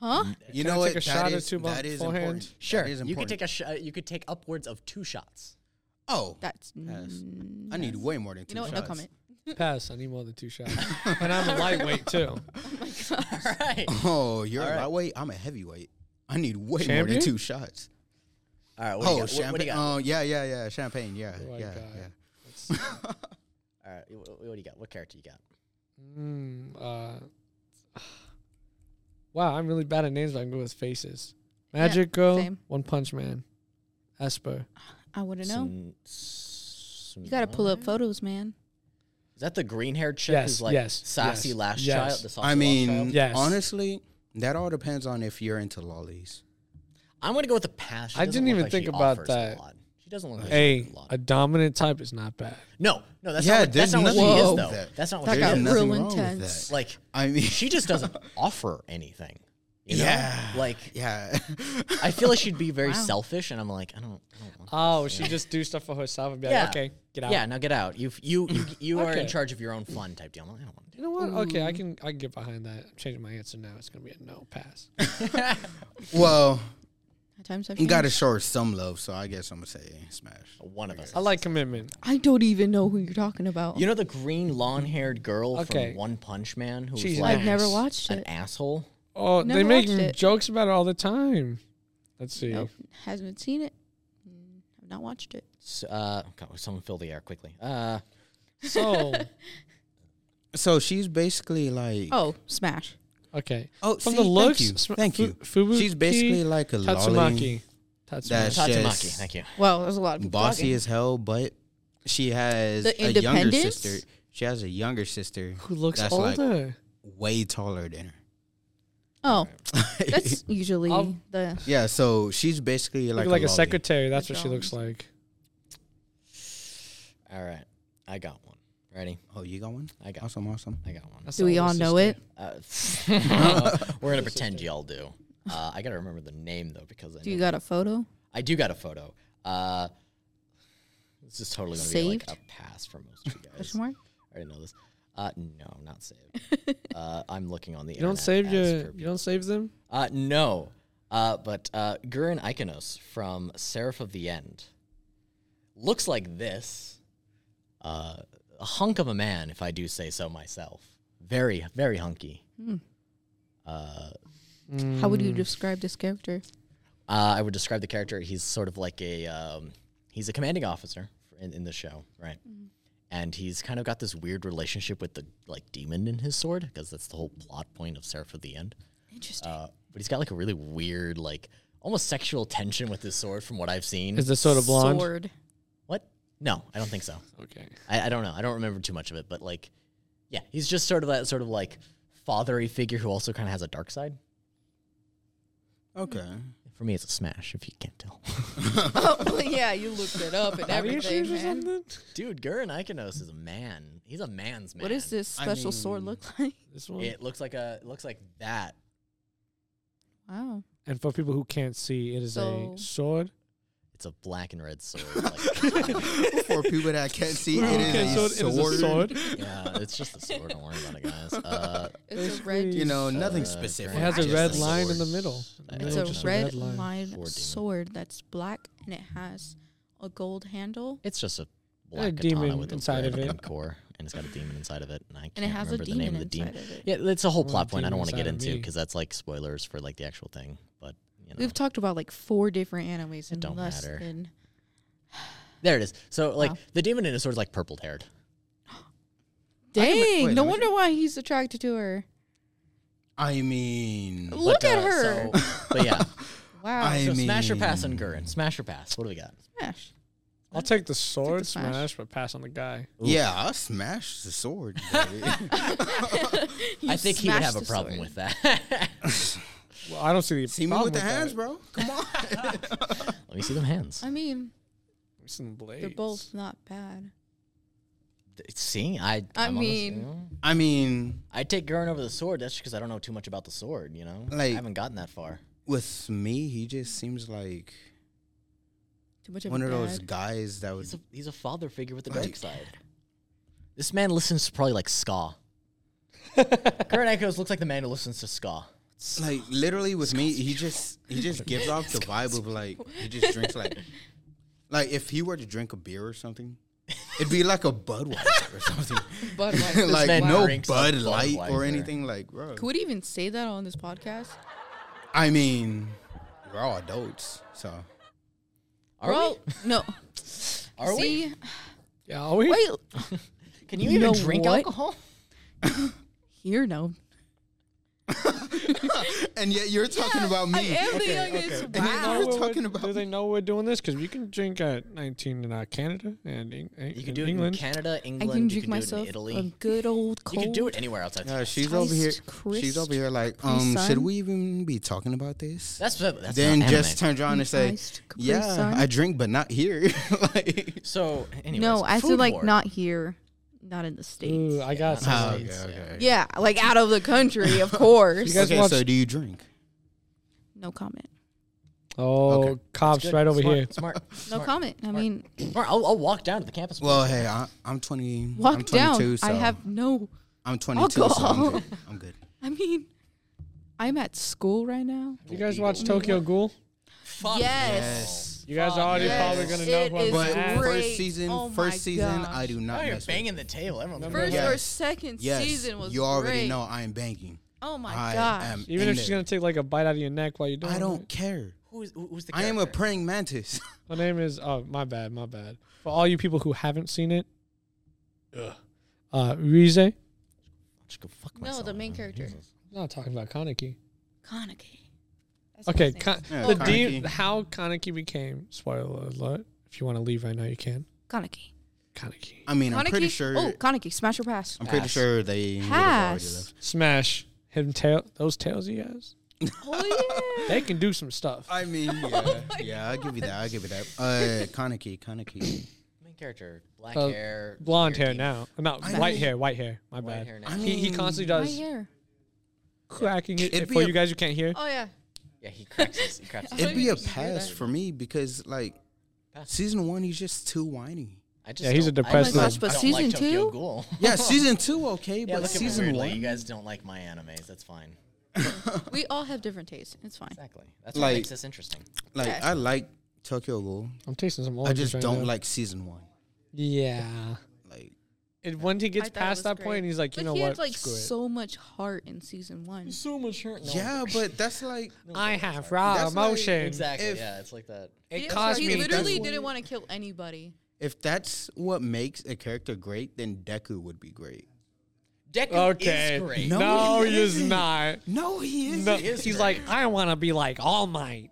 Speaker 3: Huh?
Speaker 1: you
Speaker 4: Can I
Speaker 1: know
Speaker 4: take
Speaker 1: what?
Speaker 4: a shot
Speaker 1: That
Speaker 4: or
Speaker 1: is
Speaker 4: two
Speaker 1: that is
Speaker 4: beforehand?
Speaker 1: important.
Speaker 2: hmm. sure.
Speaker 1: that is
Speaker 2: You could
Speaker 1: important.
Speaker 2: take a sh- uh, you could take upwards of two shots.
Speaker 1: Oh,
Speaker 3: That's.
Speaker 1: Pass.
Speaker 3: n-
Speaker 1: I need
Speaker 3: pass.
Speaker 1: way more than two
Speaker 3: You know what? No
Speaker 1: shots.
Speaker 3: comment.
Speaker 4: Pass. I need more than two shots. and I'm a lightweight too.
Speaker 2: All right.
Speaker 1: Oh, you're
Speaker 2: All
Speaker 1: a
Speaker 2: right.
Speaker 1: lightweight. I'm a heavyweight. I need way more than
Speaker 4: Champion?
Speaker 1: two shots.
Speaker 2: All right. What do you
Speaker 1: Oh,
Speaker 2: got? What, what do
Speaker 1: champagne.
Speaker 2: you got?
Speaker 1: Oh, yeah, yeah, yeah. Champagne. Yeah,
Speaker 4: Oh my
Speaker 1: yeah,
Speaker 4: God.
Speaker 1: yeah.
Speaker 2: All right. What, what do you got? What character you got?
Speaker 4: Mm, uh, wow, I'm really bad at names, but I can go with faces.
Speaker 3: Yeah,
Speaker 4: Magic Girl,
Speaker 3: same.
Speaker 4: One Punch Man, Esper.
Speaker 3: I wouldn't know.
Speaker 2: Some-
Speaker 3: You gotta pull up
Speaker 2: Simone?
Speaker 3: photos, man.
Speaker 2: Is that the green-haired chick
Speaker 4: Yes,
Speaker 2: who's like
Speaker 4: yes,
Speaker 2: sassy
Speaker 4: yes,
Speaker 2: last
Speaker 4: yes.
Speaker 2: child? The saucy
Speaker 1: I
Speaker 2: last
Speaker 1: mean,
Speaker 2: child?
Speaker 4: Yes.
Speaker 1: honestly, that all depends on if you're into lollies.
Speaker 2: I'm gonna go with the pass. She
Speaker 4: I
Speaker 2: doesn't
Speaker 4: didn't
Speaker 2: look
Speaker 4: even
Speaker 2: like she
Speaker 4: think about
Speaker 2: offers a
Speaker 4: that.
Speaker 2: lot. She doesn't look like she
Speaker 4: A
Speaker 2: offers a lot.
Speaker 4: a dominant type is not bad.
Speaker 2: No, no, that's
Speaker 1: Yeah,
Speaker 2: not. What, that's
Speaker 1: there's
Speaker 2: not what she
Speaker 1: nothing
Speaker 2: is,
Speaker 1: wrong
Speaker 2: though.
Speaker 1: with that.
Speaker 2: That's not what
Speaker 3: That
Speaker 2: she
Speaker 3: got
Speaker 1: There's
Speaker 2: is.
Speaker 3: real
Speaker 1: nothing wrong with
Speaker 3: intense.
Speaker 1: that.
Speaker 2: Like
Speaker 1: I mean,
Speaker 2: she just doesn't offer anything. You know?
Speaker 1: Yeah.
Speaker 2: Like
Speaker 1: yeah.
Speaker 2: I feel like she'd be very
Speaker 3: Wow.
Speaker 2: selfish, and I'm like, I don't. I don't want
Speaker 4: Oh,
Speaker 2: this,
Speaker 4: she
Speaker 2: you know?
Speaker 4: just do stuff for herself and be
Speaker 2: like,
Speaker 4: like,
Speaker 2: Yeah.
Speaker 4: okay,
Speaker 2: "Okay,
Speaker 4: get out.
Speaker 2: Yeah, now get out. You you you, you are in
Speaker 4: Okay.
Speaker 2: charge of your own fun type deal. I'm like, I don't want to
Speaker 4: You know what? Okay,
Speaker 3: Mm.
Speaker 4: I can I can get behind that. I'm changing my answer now. It's gonna be a no pass.
Speaker 1: well,
Speaker 3: At times I've
Speaker 1: you got to
Speaker 3: changed.
Speaker 1: show some love, so I guess I'm gonna say smash.
Speaker 2: do. One of us.
Speaker 4: I like commitment.
Speaker 3: I don't even know who you're talking about.
Speaker 2: You know the green lawn-haired girl
Speaker 4: Okay.
Speaker 2: from One Punch Man who's
Speaker 4: She's
Speaker 2: like
Speaker 4: nice.
Speaker 3: I've never watched
Speaker 2: an
Speaker 3: it.
Speaker 2: asshole.
Speaker 4: Oh,
Speaker 3: Never
Speaker 4: they make
Speaker 3: watched it.
Speaker 4: jokes about it all the time. Let's see.
Speaker 3: Nope. Hasn't seen it. Mm, I've not watched it.
Speaker 2: S- Uh, God, someone fill the air quickly. Uh,
Speaker 4: So
Speaker 1: So she's basically like
Speaker 3: Oh, smash.
Speaker 4: okay,
Speaker 1: oh,
Speaker 4: from
Speaker 1: see,
Speaker 4: the looks,
Speaker 1: Thank you.
Speaker 4: sm-
Speaker 1: thank
Speaker 4: fu-
Speaker 1: you.
Speaker 4: Fubuki
Speaker 1: she's basically like a lolly,
Speaker 4: Tatsumaki.
Speaker 1: That's-
Speaker 4: Tatsumaki.
Speaker 1: Yes.
Speaker 2: Tatsumaki, thank you.
Speaker 3: Well, there's a lot of people
Speaker 1: bossy
Speaker 3: talking.
Speaker 1: as hell, but she has
Speaker 3: The
Speaker 1: a younger
Speaker 3: independence?
Speaker 1: sister. She has a younger sister
Speaker 4: Who looks
Speaker 1: That's like-
Speaker 4: older?
Speaker 1: way taller than
Speaker 3: Oh,
Speaker 1: her.
Speaker 3: that's usually
Speaker 4: I'll-
Speaker 3: the.
Speaker 1: yeah, so she's basically
Speaker 4: Like,
Speaker 1: like
Speaker 4: like a,
Speaker 1: a, lolly.
Speaker 4: secretary. That's what she
Speaker 3: Jones.
Speaker 4: looks like.
Speaker 2: All right, I got one. Ready?
Speaker 1: Oh, you got one?
Speaker 2: I got.
Speaker 1: Awesome, awesome.
Speaker 2: I got one.
Speaker 4: That's
Speaker 3: Do
Speaker 4: the
Speaker 3: we
Speaker 4: older
Speaker 3: all know
Speaker 4: sister.
Speaker 3: it?
Speaker 2: Uh, we're gonna pretend y'all do. Uh, I gotta remember the name though because I,
Speaker 3: Do you
Speaker 2: know-
Speaker 3: got a photo?
Speaker 2: I do got a photo. Uh, this is totally gonna be like
Speaker 3: Saved?
Speaker 2: a pass for most of you guys.
Speaker 3: Question mark?
Speaker 2: I didn't know this. Uh, no, not saved. uh, I'm looking on the.
Speaker 4: You don't
Speaker 2: internet
Speaker 4: save
Speaker 2: as
Speaker 4: your.
Speaker 2: per-
Speaker 4: You don't save them.
Speaker 2: Uh, no. Uh, but uh, Gurin Iconos from Seraph of the End looks like this. Uh, a hunk of a man, if I do say so myself. Very, very hunky. Uh,
Speaker 4: Mm,
Speaker 3: How would you
Speaker 4: Hmm.
Speaker 3: describe this character?
Speaker 2: uh, I would describe the character. He's sort of like a um, he's a commanding officer in, in the show, right? And he's kind of got this weird relationship with the like demon in his sword because that's the whole plot point of Seraph of the End.
Speaker 3: Interesting.
Speaker 2: Uh, but he's got like a really weird, like almost sexual tension with his sword, from what I've seen.
Speaker 4: Is this sort of blonde?
Speaker 3: Sword.
Speaker 2: what? No, I don't think so.
Speaker 4: Okay.
Speaker 2: I, I don't know. I don't remember too much of it, but like, yeah, he's just sort of that sort of like fathery figure who also kind of has a dark side.
Speaker 1: Okay.
Speaker 2: For me, it's a smash. If you can't tell,
Speaker 3: oh, yeah, you looked it up and
Speaker 4: Body
Speaker 3: everything.
Speaker 4: issues or
Speaker 3: man.
Speaker 4: something?
Speaker 2: dude, Gurren Iconos is a man. He's a man's man.
Speaker 3: What does this
Speaker 1: I
Speaker 3: special sword
Speaker 1: mean-
Speaker 3: look like?
Speaker 4: This one.
Speaker 2: It looks like a it looks like that.
Speaker 3: Wow.
Speaker 4: And for people who can't see, it is
Speaker 3: So-
Speaker 4: a sword.
Speaker 2: It's a black and red sword. Like,
Speaker 1: For people that can't see,
Speaker 4: Who
Speaker 1: it
Speaker 4: can't
Speaker 1: is,
Speaker 4: sword,
Speaker 1: a
Speaker 4: it is
Speaker 1: sword.
Speaker 4: a sword.
Speaker 2: yeah, it's just a sword. Don't worry about it, guys. Uh,
Speaker 3: It's a
Speaker 4: Basically-
Speaker 3: red.
Speaker 1: You know, nothing
Speaker 2: uh,
Speaker 1: specific.
Speaker 4: It
Speaker 2: Gurren
Speaker 4: has a
Speaker 2: Iconos
Speaker 4: red
Speaker 2: is
Speaker 4: line in
Speaker 2: sword.
Speaker 4: the middle.
Speaker 2: I- I
Speaker 4: It's
Speaker 3: it's
Speaker 4: No,
Speaker 3: a
Speaker 2: don't
Speaker 4: just
Speaker 3: red,
Speaker 4: a
Speaker 2: know.
Speaker 4: red line.
Speaker 3: line,
Speaker 2: Sword demon.
Speaker 3: sword that's black and it has a gold handle
Speaker 2: It's just a black katana
Speaker 4: demon
Speaker 2: with
Speaker 4: inside
Speaker 2: a
Speaker 4: of
Speaker 2: red
Speaker 4: it.
Speaker 2: core, and it's got a demon inside of it, and I can't
Speaker 3: and it has a
Speaker 2: remember the
Speaker 3: demon
Speaker 2: name of
Speaker 3: inside
Speaker 2: the demon.
Speaker 3: of it.
Speaker 2: Yeah, it's a whole
Speaker 4: Well,
Speaker 2: plot point I don't
Speaker 4: demon
Speaker 2: want to get
Speaker 4: inside of
Speaker 2: into
Speaker 4: me.
Speaker 2: because that's like spoilers for like the actual thing. But you know,
Speaker 3: We've talked about like four different animes in
Speaker 2: don't
Speaker 3: less
Speaker 2: matter.
Speaker 3: than
Speaker 2: there it is. So like
Speaker 3: Wow.
Speaker 2: the demon in his sword is like purple haired.
Speaker 3: Dang,
Speaker 1: wait,
Speaker 3: no
Speaker 1: let me
Speaker 3: wonder why he's attracted to her.
Speaker 1: I mean,
Speaker 3: Look
Speaker 2: But,
Speaker 3: at
Speaker 2: uh,
Speaker 3: her.
Speaker 2: So, but yeah,
Speaker 3: wow.
Speaker 1: I
Speaker 2: so
Speaker 1: mean,
Speaker 2: smash or pass on Gurren. Smash or pass. What do we got?
Speaker 3: Smash.
Speaker 4: I'll take the sword
Speaker 3: smash.
Speaker 4: smash. but pass on the guy.
Speaker 1: Yeah, I smashed the sword. buddy.
Speaker 3: You
Speaker 2: I think he would
Speaker 3: smashed
Speaker 2: have a
Speaker 3: the
Speaker 2: problem
Speaker 3: sword.
Speaker 2: with that.
Speaker 4: Well, I don't see the
Speaker 1: See me
Speaker 4: problem
Speaker 1: with the hands,
Speaker 4: that.
Speaker 1: bro. Come on.
Speaker 2: Let me see them hands.
Speaker 3: I mean,
Speaker 4: It's in blades.
Speaker 3: they're both not bad.
Speaker 2: See, I.
Speaker 3: I
Speaker 2: I'm on the-
Speaker 3: mean-
Speaker 2: you know?
Speaker 1: I mean,
Speaker 2: I take Gurren over the sword. That's because I don't know too much about the sword. You know,
Speaker 1: Like-
Speaker 2: I haven't gotten that far.
Speaker 1: with me, he just seems like
Speaker 3: Too much of
Speaker 1: one
Speaker 3: a
Speaker 1: of those
Speaker 3: dad.
Speaker 1: guys that would.
Speaker 2: He's a he's a father figure with the
Speaker 1: Like-
Speaker 2: dark side. This man listens to probably like ska. Gurren Echoes looks like the man who listens to ska.
Speaker 1: Like literally with me, he just he just gives off the vibe of like he just drinks like like if he were to drink a beer or something, it'd be like a Budweiser or something.
Speaker 3: Budweiser.
Speaker 1: like
Speaker 2: man
Speaker 1: no
Speaker 2: drinks a
Speaker 1: Bud Light or
Speaker 2: Budweiser.
Speaker 1: anything like, bro.
Speaker 3: Could we even say that on this podcast?
Speaker 1: I mean, we're all adults, so
Speaker 2: Are
Speaker 3: well, no.
Speaker 2: Are we?
Speaker 3: See,
Speaker 4: Yeah, are we?
Speaker 3: wait.
Speaker 2: Can you,
Speaker 3: You
Speaker 2: even
Speaker 3: know
Speaker 2: drink
Speaker 3: what?
Speaker 2: alcohol?
Speaker 3: Here, no.
Speaker 1: and yet you're talking about
Speaker 3: I
Speaker 1: me.
Speaker 3: am the youngest.
Speaker 1: And then
Speaker 3: Wow.
Speaker 1: you're
Speaker 4: Well,
Speaker 1: talking
Speaker 4: what-
Speaker 1: about
Speaker 4: Do they know we're doing this? Because we can drink at 19 in uh, Canada and Eng- Eng-
Speaker 2: You can do it
Speaker 4: England.
Speaker 2: in Canada,
Speaker 3: I
Speaker 2: England.
Speaker 3: can
Speaker 2: you
Speaker 3: drink
Speaker 2: can do it
Speaker 3: myself
Speaker 2: in Italy.
Speaker 3: a good old
Speaker 2: you
Speaker 3: cold.
Speaker 2: can do it anywhere outside.
Speaker 1: Yeah, she's
Speaker 3: Christ
Speaker 1: over here. She's
Speaker 3: Christ.
Speaker 1: over here. Like,
Speaker 3: Capri
Speaker 1: um, should
Speaker 3: Sun.
Speaker 1: we even be talking about this?
Speaker 2: that's that's
Speaker 1: then
Speaker 2: not
Speaker 1: just
Speaker 2: anime.
Speaker 1: turns around and say,
Speaker 3: Iced Capri
Speaker 1: "Yeah,
Speaker 3: Sun.
Speaker 1: I drink, but not here." like,
Speaker 2: So, anyways,
Speaker 3: no, I
Speaker 2: food
Speaker 3: said like
Speaker 2: war.
Speaker 3: not here, not in the states.
Speaker 4: Ooh, I got some.
Speaker 1: Ah,
Speaker 2: States, yeah.
Speaker 3: yeah, like out of the country, of
Speaker 4: You
Speaker 3: course.
Speaker 4: guys
Speaker 1: Okay,
Speaker 4: watch-
Speaker 1: so do you drink?
Speaker 3: no comment.
Speaker 4: Oh,
Speaker 1: Okay.
Speaker 4: cops
Speaker 2: Good,
Speaker 4: right over
Speaker 2: smart,
Speaker 4: here.
Speaker 2: Smart.
Speaker 3: No comment. I mean,
Speaker 2: smart. I'll, I'll walk down to the campus.
Speaker 1: Well, hey, I, I'm 20. I'm
Speaker 3: walk
Speaker 1: 22,
Speaker 3: down.
Speaker 1: So
Speaker 3: I have no.
Speaker 1: I'm 22. So I'm
Speaker 3: alcohol.
Speaker 1: good. I'm good.
Speaker 3: I mean, I'm at school right now.
Speaker 4: You guys watch Tokyo Ghoul?
Speaker 2: Fuck
Speaker 3: Yes.
Speaker 4: You guys
Speaker 2: Fuck
Speaker 4: already
Speaker 2: yes.
Speaker 4: probably gonna know
Speaker 3: It
Speaker 4: who I'm
Speaker 3: is
Speaker 4: gonna
Speaker 1: But
Speaker 4: ask.
Speaker 3: great.
Speaker 1: first season,
Speaker 3: Oh my
Speaker 1: first season,
Speaker 3: gosh.
Speaker 1: I do
Speaker 2: No,
Speaker 1: not.
Speaker 2: Oh, you're
Speaker 1: mess with.
Speaker 2: banging the table. Everyone.
Speaker 4: Remember
Speaker 3: First
Speaker 1: Yeah.
Speaker 2: yeah.
Speaker 3: or second
Speaker 1: Yes,
Speaker 3: season was
Speaker 1: you already
Speaker 3: great.
Speaker 1: know I am banking.
Speaker 3: Oh my
Speaker 1: I
Speaker 3: gosh.
Speaker 1: am.
Speaker 4: Even
Speaker 1: in
Speaker 4: if she's
Speaker 1: there.
Speaker 4: gonna take like a bite out of your neck while you're doing it.
Speaker 1: I don't care.
Speaker 2: Who is, who, who's the
Speaker 1: I am a
Speaker 2: character?
Speaker 1: praying mantis.
Speaker 4: My name is. Oh, my bad, my bad. For all you people who haven't seen it, ugh. uh, Rize. I'm
Speaker 2: Just go fuck
Speaker 3: No,
Speaker 2: myself,
Speaker 3: the main
Speaker 2: man.
Speaker 3: character.
Speaker 2: Jesus.
Speaker 4: not talking about Kaneki.
Speaker 3: Kaneki. That's
Speaker 4: Okay,
Speaker 3: his name.
Speaker 4: Ka-
Speaker 1: Yeah,
Speaker 4: the
Speaker 1: Kaneki.
Speaker 4: demon. How Kaneki became. Spoiler alert! If you want to leave right now, you can.
Speaker 3: Kaneki.
Speaker 4: Kaneki.
Speaker 1: I mean, I'm
Speaker 3: Kaneki.
Speaker 1: pretty sure.
Speaker 3: Oh, Kaneki, smash or pass.
Speaker 1: I'm pretty
Speaker 2: Pass.
Speaker 1: sure they would've already
Speaker 3: Pass.
Speaker 1: left.
Speaker 4: Smash him tail. Those tails he has.
Speaker 3: Oh yeah. Oh
Speaker 4: They can do some stuff.
Speaker 1: I mean, yeah, yeah, I'll give you that. I'll give you that. Uh, Kaneki, Kaneki.
Speaker 2: Main character. Black
Speaker 4: Uh,
Speaker 2: hair.
Speaker 4: Blonde
Speaker 2: weird
Speaker 4: hair
Speaker 2: demon.
Speaker 4: now. Uh, Not
Speaker 1: I
Speaker 4: white
Speaker 1: mean-
Speaker 4: hair. White hair. My
Speaker 2: White
Speaker 4: bad.
Speaker 2: hair
Speaker 1: I
Speaker 2: now.
Speaker 4: He, he
Speaker 1: mean,
Speaker 4: constantly
Speaker 3: My
Speaker 4: does
Speaker 3: hair.
Speaker 4: cracking it.
Speaker 1: It'd
Speaker 4: if
Speaker 1: be
Speaker 4: for
Speaker 1: a-
Speaker 4: you guys who can't hear,
Speaker 3: Oh yeah.
Speaker 2: Yeah, he cracks his. He cracks his.
Speaker 1: It'd be
Speaker 3: you
Speaker 1: a
Speaker 3: just hear
Speaker 1: pass
Speaker 3: that.
Speaker 1: for me because, like,
Speaker 2: Pass.
Speaker 1: season one, he's just too whiny.
Speaker 2: I just
Speaker 4: Yeah, he's a
Speaker 2: don't- I
Speaker 4: depressed
Speaker 2: don't-
Speaker 4: Oh my gosh,
Speaker 3: but
Speaker 2: I don't like
Speaker 3: season
Speaker 2: Tokyo
Speaker 3: two?
Speaker 2: Ghoul.
Speaker 1: Yeah, season two, okay,
Speaker 2: Yeah,
Speaker 1: but
Speaker 2: look at me
Speaker 1: season
Speaker 2: weirdly. You
Speaker 1: one,
Speaker 2: guys don't like my animes. That's fine.
Speaker 3: We all have different tastes. It's fine.
Speaker 2: Exactly. That's what
Speaker 1: Like-
Speaker 2: makes this interesting.
Speaker 1: like,
Speaker 3: Yes.
Speaker 1: I like Tokyo Ghoul.
Speaker 4: I'm tasting some
Speaker 1: I
Speaker 4: oranges.
Speaker 1: just
Speaker 4: right
Speaker 1: don't
Speaker 4: now.
Speaker 1: like season one.
Speaker 4: Yeah.
Speaker 1: Like,
Speaker 4: And once he gets
Speaker 3: I thought it
Speaker 4: past
Speaker 3: was
Speaker 4: that point,
Speaker 3: great.
Speaker 4: he's like, you
Speaker 3: but
Speaker 4: know
Speaker 3: he
Speaker 4: what?
Speaker 3: had like
Speaker 4: Screw
Speaker 3: so much heart in season one.
Speaker 2: There's so much hurt.
Speaker 1: yeah, but that's like,
Speaker 4: it. I have raw
Speaker 1: That's like-
Speaker 4: emotion.
Speaker 2: Exactly.
Speaker 1: If-
Speaker 2: yeah, it's like that.
Speaker 4: It
Speaker 3: Yeah,
Speaker 4: cost
Speaker 3: he
Speaker 4: me.
Speaker 3: literally
Speaker 1: that's
Speaker 3: didn't
Speaker 1: what-
Speaker 3: want to kill anybody.
Speaker 1: if that's what makes a character great, then Deku would be great.
Speaker 2: Deku
Speaker 4: Okay.
Speaker 2: is great.
Speaker 1: No,
Speaker 4: No,
Speaker 1: he
Speaker 4: he is
Speaker 1: isn't.
Speaker 4: not.
Speaker 1: No, he isn't.
Speaker 4: No,
Speaker 2: is
Speaker 4: he's
Speaker 2: great.
Speaker 4: like, I want to be like All Might.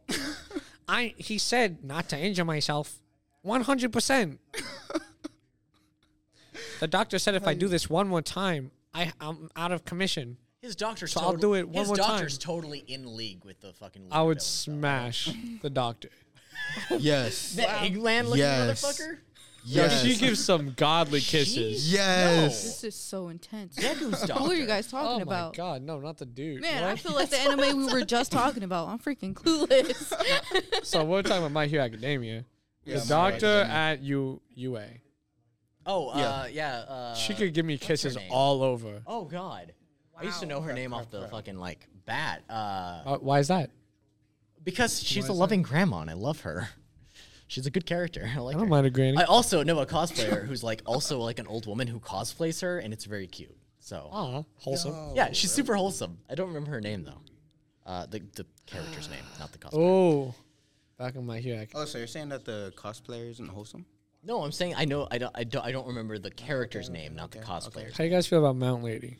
Speaker 4: I. He said not to injure myself. One hundred percent. The doctor said if I do this one more time, I I'm out of commission.
Speaker 2: His doctor's
Speaker 4: So I'll
Speaker 2: total-
Speaker 4: do it one
Speaker 2: his
Speaker 4: more
Speaker 2: doctor's
Speaker 4: time.
Speaker 2: totally in league with the fucking.
Speaker 4: I would
Speaker 2: Leader
Speaker 4: smash the doctor.
Speaker 1: Yes.
Speaker 2: villain. That Eggland looking
Speaker 1: Yes.
Speaker 2: motherfucker.
Speaker 1: yes.
Speaker 4: Yo, she gives some godly kisses.
Speaker 1: yes.
Speaker 3: This is so intense.
Speaker 2: Deku's doctor.
Speaker 3: Who are you guys talking
Speaker 4: Oh my
Speaker 3: about?
Speaker 4: god, no, not the dude.
Speaker 3: Man, I
Speaker 4: What?
Speaker 3: feel like the anime we were just talking about. I'm freaking clueless.
Speaker 4: so we're talking about My Hero Academia.
Speaker 1: Yeah, My
Speaker 4: the
Speaker 1: Hero
Speaker 4: doctor at U UA.
Speaker 2: Oh, uh, yeah. Uh,
Speaker 4: She could give me kisses
Speaker 2: name?
Speaker 4: all over.
Speaker 2: Oh God. I used to know her name off the fucking like bat. Uh,
Speaker 4: Uh, why is that?
Speaker 2: because she's a loving grandma, and I love her. She's a good character. I like
Speaker 4: I don't
Speaker 2: her.
Speaker 4: mind a granny.
Speaker 2: I also know a cosplayer who's like also like an old woman who cosplays her, and it's very cute. So
Speaker 4: Aw, wholesome.
Speaker 2: yeah, she's super wholesome. I don't remember her name though. Uh, the the character's name, not the cosplayer.
Speaker 4: Oh, back on My Hero Academia.
Speaker 1: Oh, so you're saying that the cosplayer isn't wholesome?
Speaker 2: No, I'm saying I know I don't I don't, I don't remember the character's name, not the cosplayer's.
Speaker 4: How you guys feel about Mount Lady?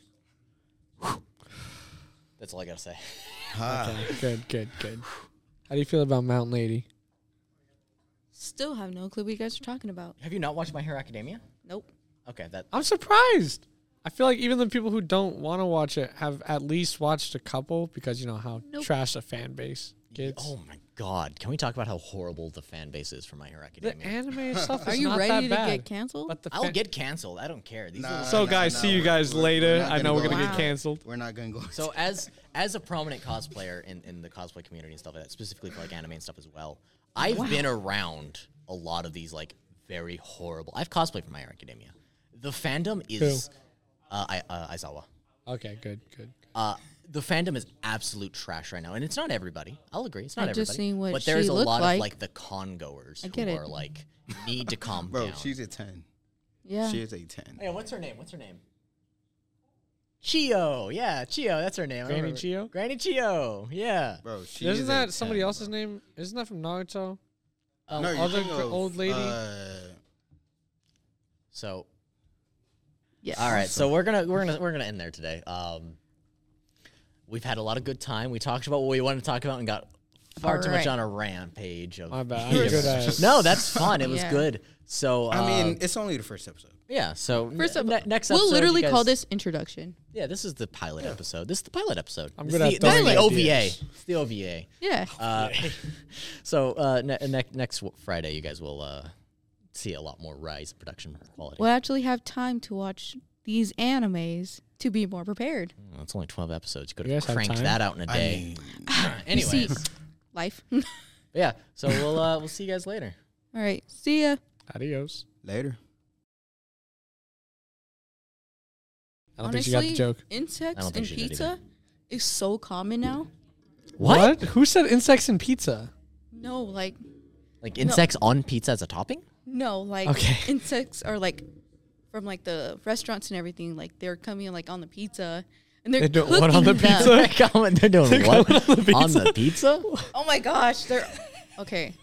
Speaker 2: That's all I gotta say.
Speaker 1: Ah,
Speaker 4: Okay, good, good, good. How do you feel about Mount Lady?
Speaker 3: Still have no clue what you guys are talking about.
Speaker 2: Have you not watched My Hero Academia?
Speaker 3: Nope.
Speaker 2: Okay, that
Speaker 4: I'm surprised. I feel like even the people who don't want to watch it have at least watched a couple because you know how
Speaker 3: Nope.
Speaker 4: trash the fan base gets.
Speaker 2: Oh my god! Can we talk about how horrible the fan base is for My Hero
Speaker 4: the
Speaker 2: Academia?
Speaker 4: anime and stuff is
Speaker 3: Are you
Speaker 4: not that
Speaker 3: ready to
Speaker 4: bad,
Speaker 3: get canceled?
Speaker 4: But the
Speaker 2: I'll
Speaker 4: fan-
Speaker 2: get canceled. I don't care. These
Speaker 1: Nah.
Speaker 2: little-
Speaker 4: So
Speaker 1: No,
Speaker 4: guys,
Speaker 1: no,
Speaker 4: see you
Speaker 1: we're-
Speaker 4: guys
Speaker 1: we're- we're
Speaker 4: later.
Speaker 1: not
Speaker 4: I know we're
Speaker 1: gonna
Speaker 4: gonna
Speaker 1: go
Speaker 4: get
Speaker 3: out.
Speaker 4: canceled.
Speaker 1: we're not gonna go.
Speaker 2: So as as a prominent cosplayer in, in the cosplay community and stuff like that, specifically for like anime and stuff as well, I've been around a lot of these like very horrible. I've cosplayed for My Hero Academia. The fandom is uh, I, uh, Aizawa.
Speaker 4: Okay, good, good.
Speaker 2: Uh, the fandom is absolute trash right now, and it's not everybody. I'll agree, it's not
Speaker 3: I've
Speaker 2: everybody.
Speaker 3: just seen what
Speaker 2: but there's
Speaker 3: she
Speaker 2: a
Speaker 3: looked
Speaker 2: lot of
Speaker 3: like.
Speaker 2: like the con goers who
Speaker 3: get it.
Speaker 2: are like need to calm
Speaker 1: Bro,
Speaker 2: down.
Speaker 1: she's a ten.
Speaker 3: yeah.
Speaker 1: She is a ten.
Speaker 2: Yeah, what's her name? What's her name? Chio, yeah, Chio, that's her name. I
Speaker 4: Granny
Speaker 2: remember.
Speaker 4: Chio?
Speaker 2: Granny Chio, yeah.
Speaker 1: Bro, she
Speaker 4: Isn't
Speaker 1: is
Speaker 4: that
Speaker 1: a
Speaker 4: somebody
Speaker 1: 10,
Speaker 4: else's
Speaker 1: bro.
Speaker 4: name? Isn't that from Naruto?
Speaker 2: Um,
Speaker 1: No, you're
Speaker 4: other
Speaker 1: thinking
Speaker 4: gr-
Speaker 1: of,
Speaker 4: old lady?
Speaker 1: uh,
Speaker 2: So
Speaker 3: Yes.
Speaker 2: all right, so we're gonna we're gonna we're gonna end there today. Um, we've had a lot of good time. We talked about what we wanted to talk about and got far too much
Speaker 3: Alright.
Speaker 2: on a rampage. Of
Speaker 4: My bad. I'm good at it.
Speaker 2: no, that's fun. It was
Speaker 3: Yeah.
Speaker 2: good. So
Speaker 1: I
Speaker 2: uh,
Speaker 1: mean, it's only the first episode.
Speaker 2: yeah. So
Speaker 3: First of
Speaker 2: ne- next
Speaker 3: we'll
Speaker 2: episode,
Speaker 3: literally
Speaker 2: you guys-
Speaker 3: call this introduction.
Speaker 2: Yeah, this is the pilot episode. This is the pilot episode.
Speaker 4: I'm
Speaker 2: It's
Speaker 4: good
Speaker 2: the,
Speaker 4: at
Speaker 2: this is
Speaker 4: throwing
Speaker 2: the OVA.
Speaker 4: ideas.
Speaker 2: It's the OVA.
Speaker 3: Yeah.
Speaker 2: Uh, so uh, ne- ne- next w- Friday, you guys will uh, see a lot more rise in production quality.
Speaker 3: we'll actually have time to watch these animes to be more prepared.
Speaker 4: Hmm.
Speaker 2: Mm, It's only twelve episodes. You could
Speaker 4: You
Speaker 2: have
Speaker 4: guys have
Speaker 2: cranked
Speaker 4: time?
Speaker 2: that out in a
Speaker 1: I
Speaker 2: day.
Speaker 1: mean,
Speaker 3: You see-
Speaker 2: Anyways,
Speaker 3: Life.
Speaker 2: yeah. So we'll uh, we'll see you guys later.
Speaker 3: All right. See ya.
Speaker 4: Adios.
Speaker 1: later.
Speaker 4: I don't think she got the joke.
Speaker 3: insects
Speaker 2: I don't
Speaker 3: and
Speaker 2: think she did
Speaker 3: pizza is so common now.
Speaker 2: What?
Speaker 4: Who said insects and pizza?
Speaker 3: No, like
Speaker 2: Like
Speaker 3: No.
Speaker 2: insects on pizza as a topping?
Speaker 3: no, like
Speaker 4: Okay.
Speaker 3: insects are like from like the restaurants and everything. Like they're coming like on the pizza and they're
Speaker 4: They don't
Speaker 3: cooking
Speaker 4: want on the
Speaker 3: them.
Speaker 4: pizza?
Speaker 2: They're doing
Speaker 4: They're
Speaker 2: what
Speaker 4: going
Speaker 2: on the pizza?
Speaker 3: Oh my gosh, they're okay.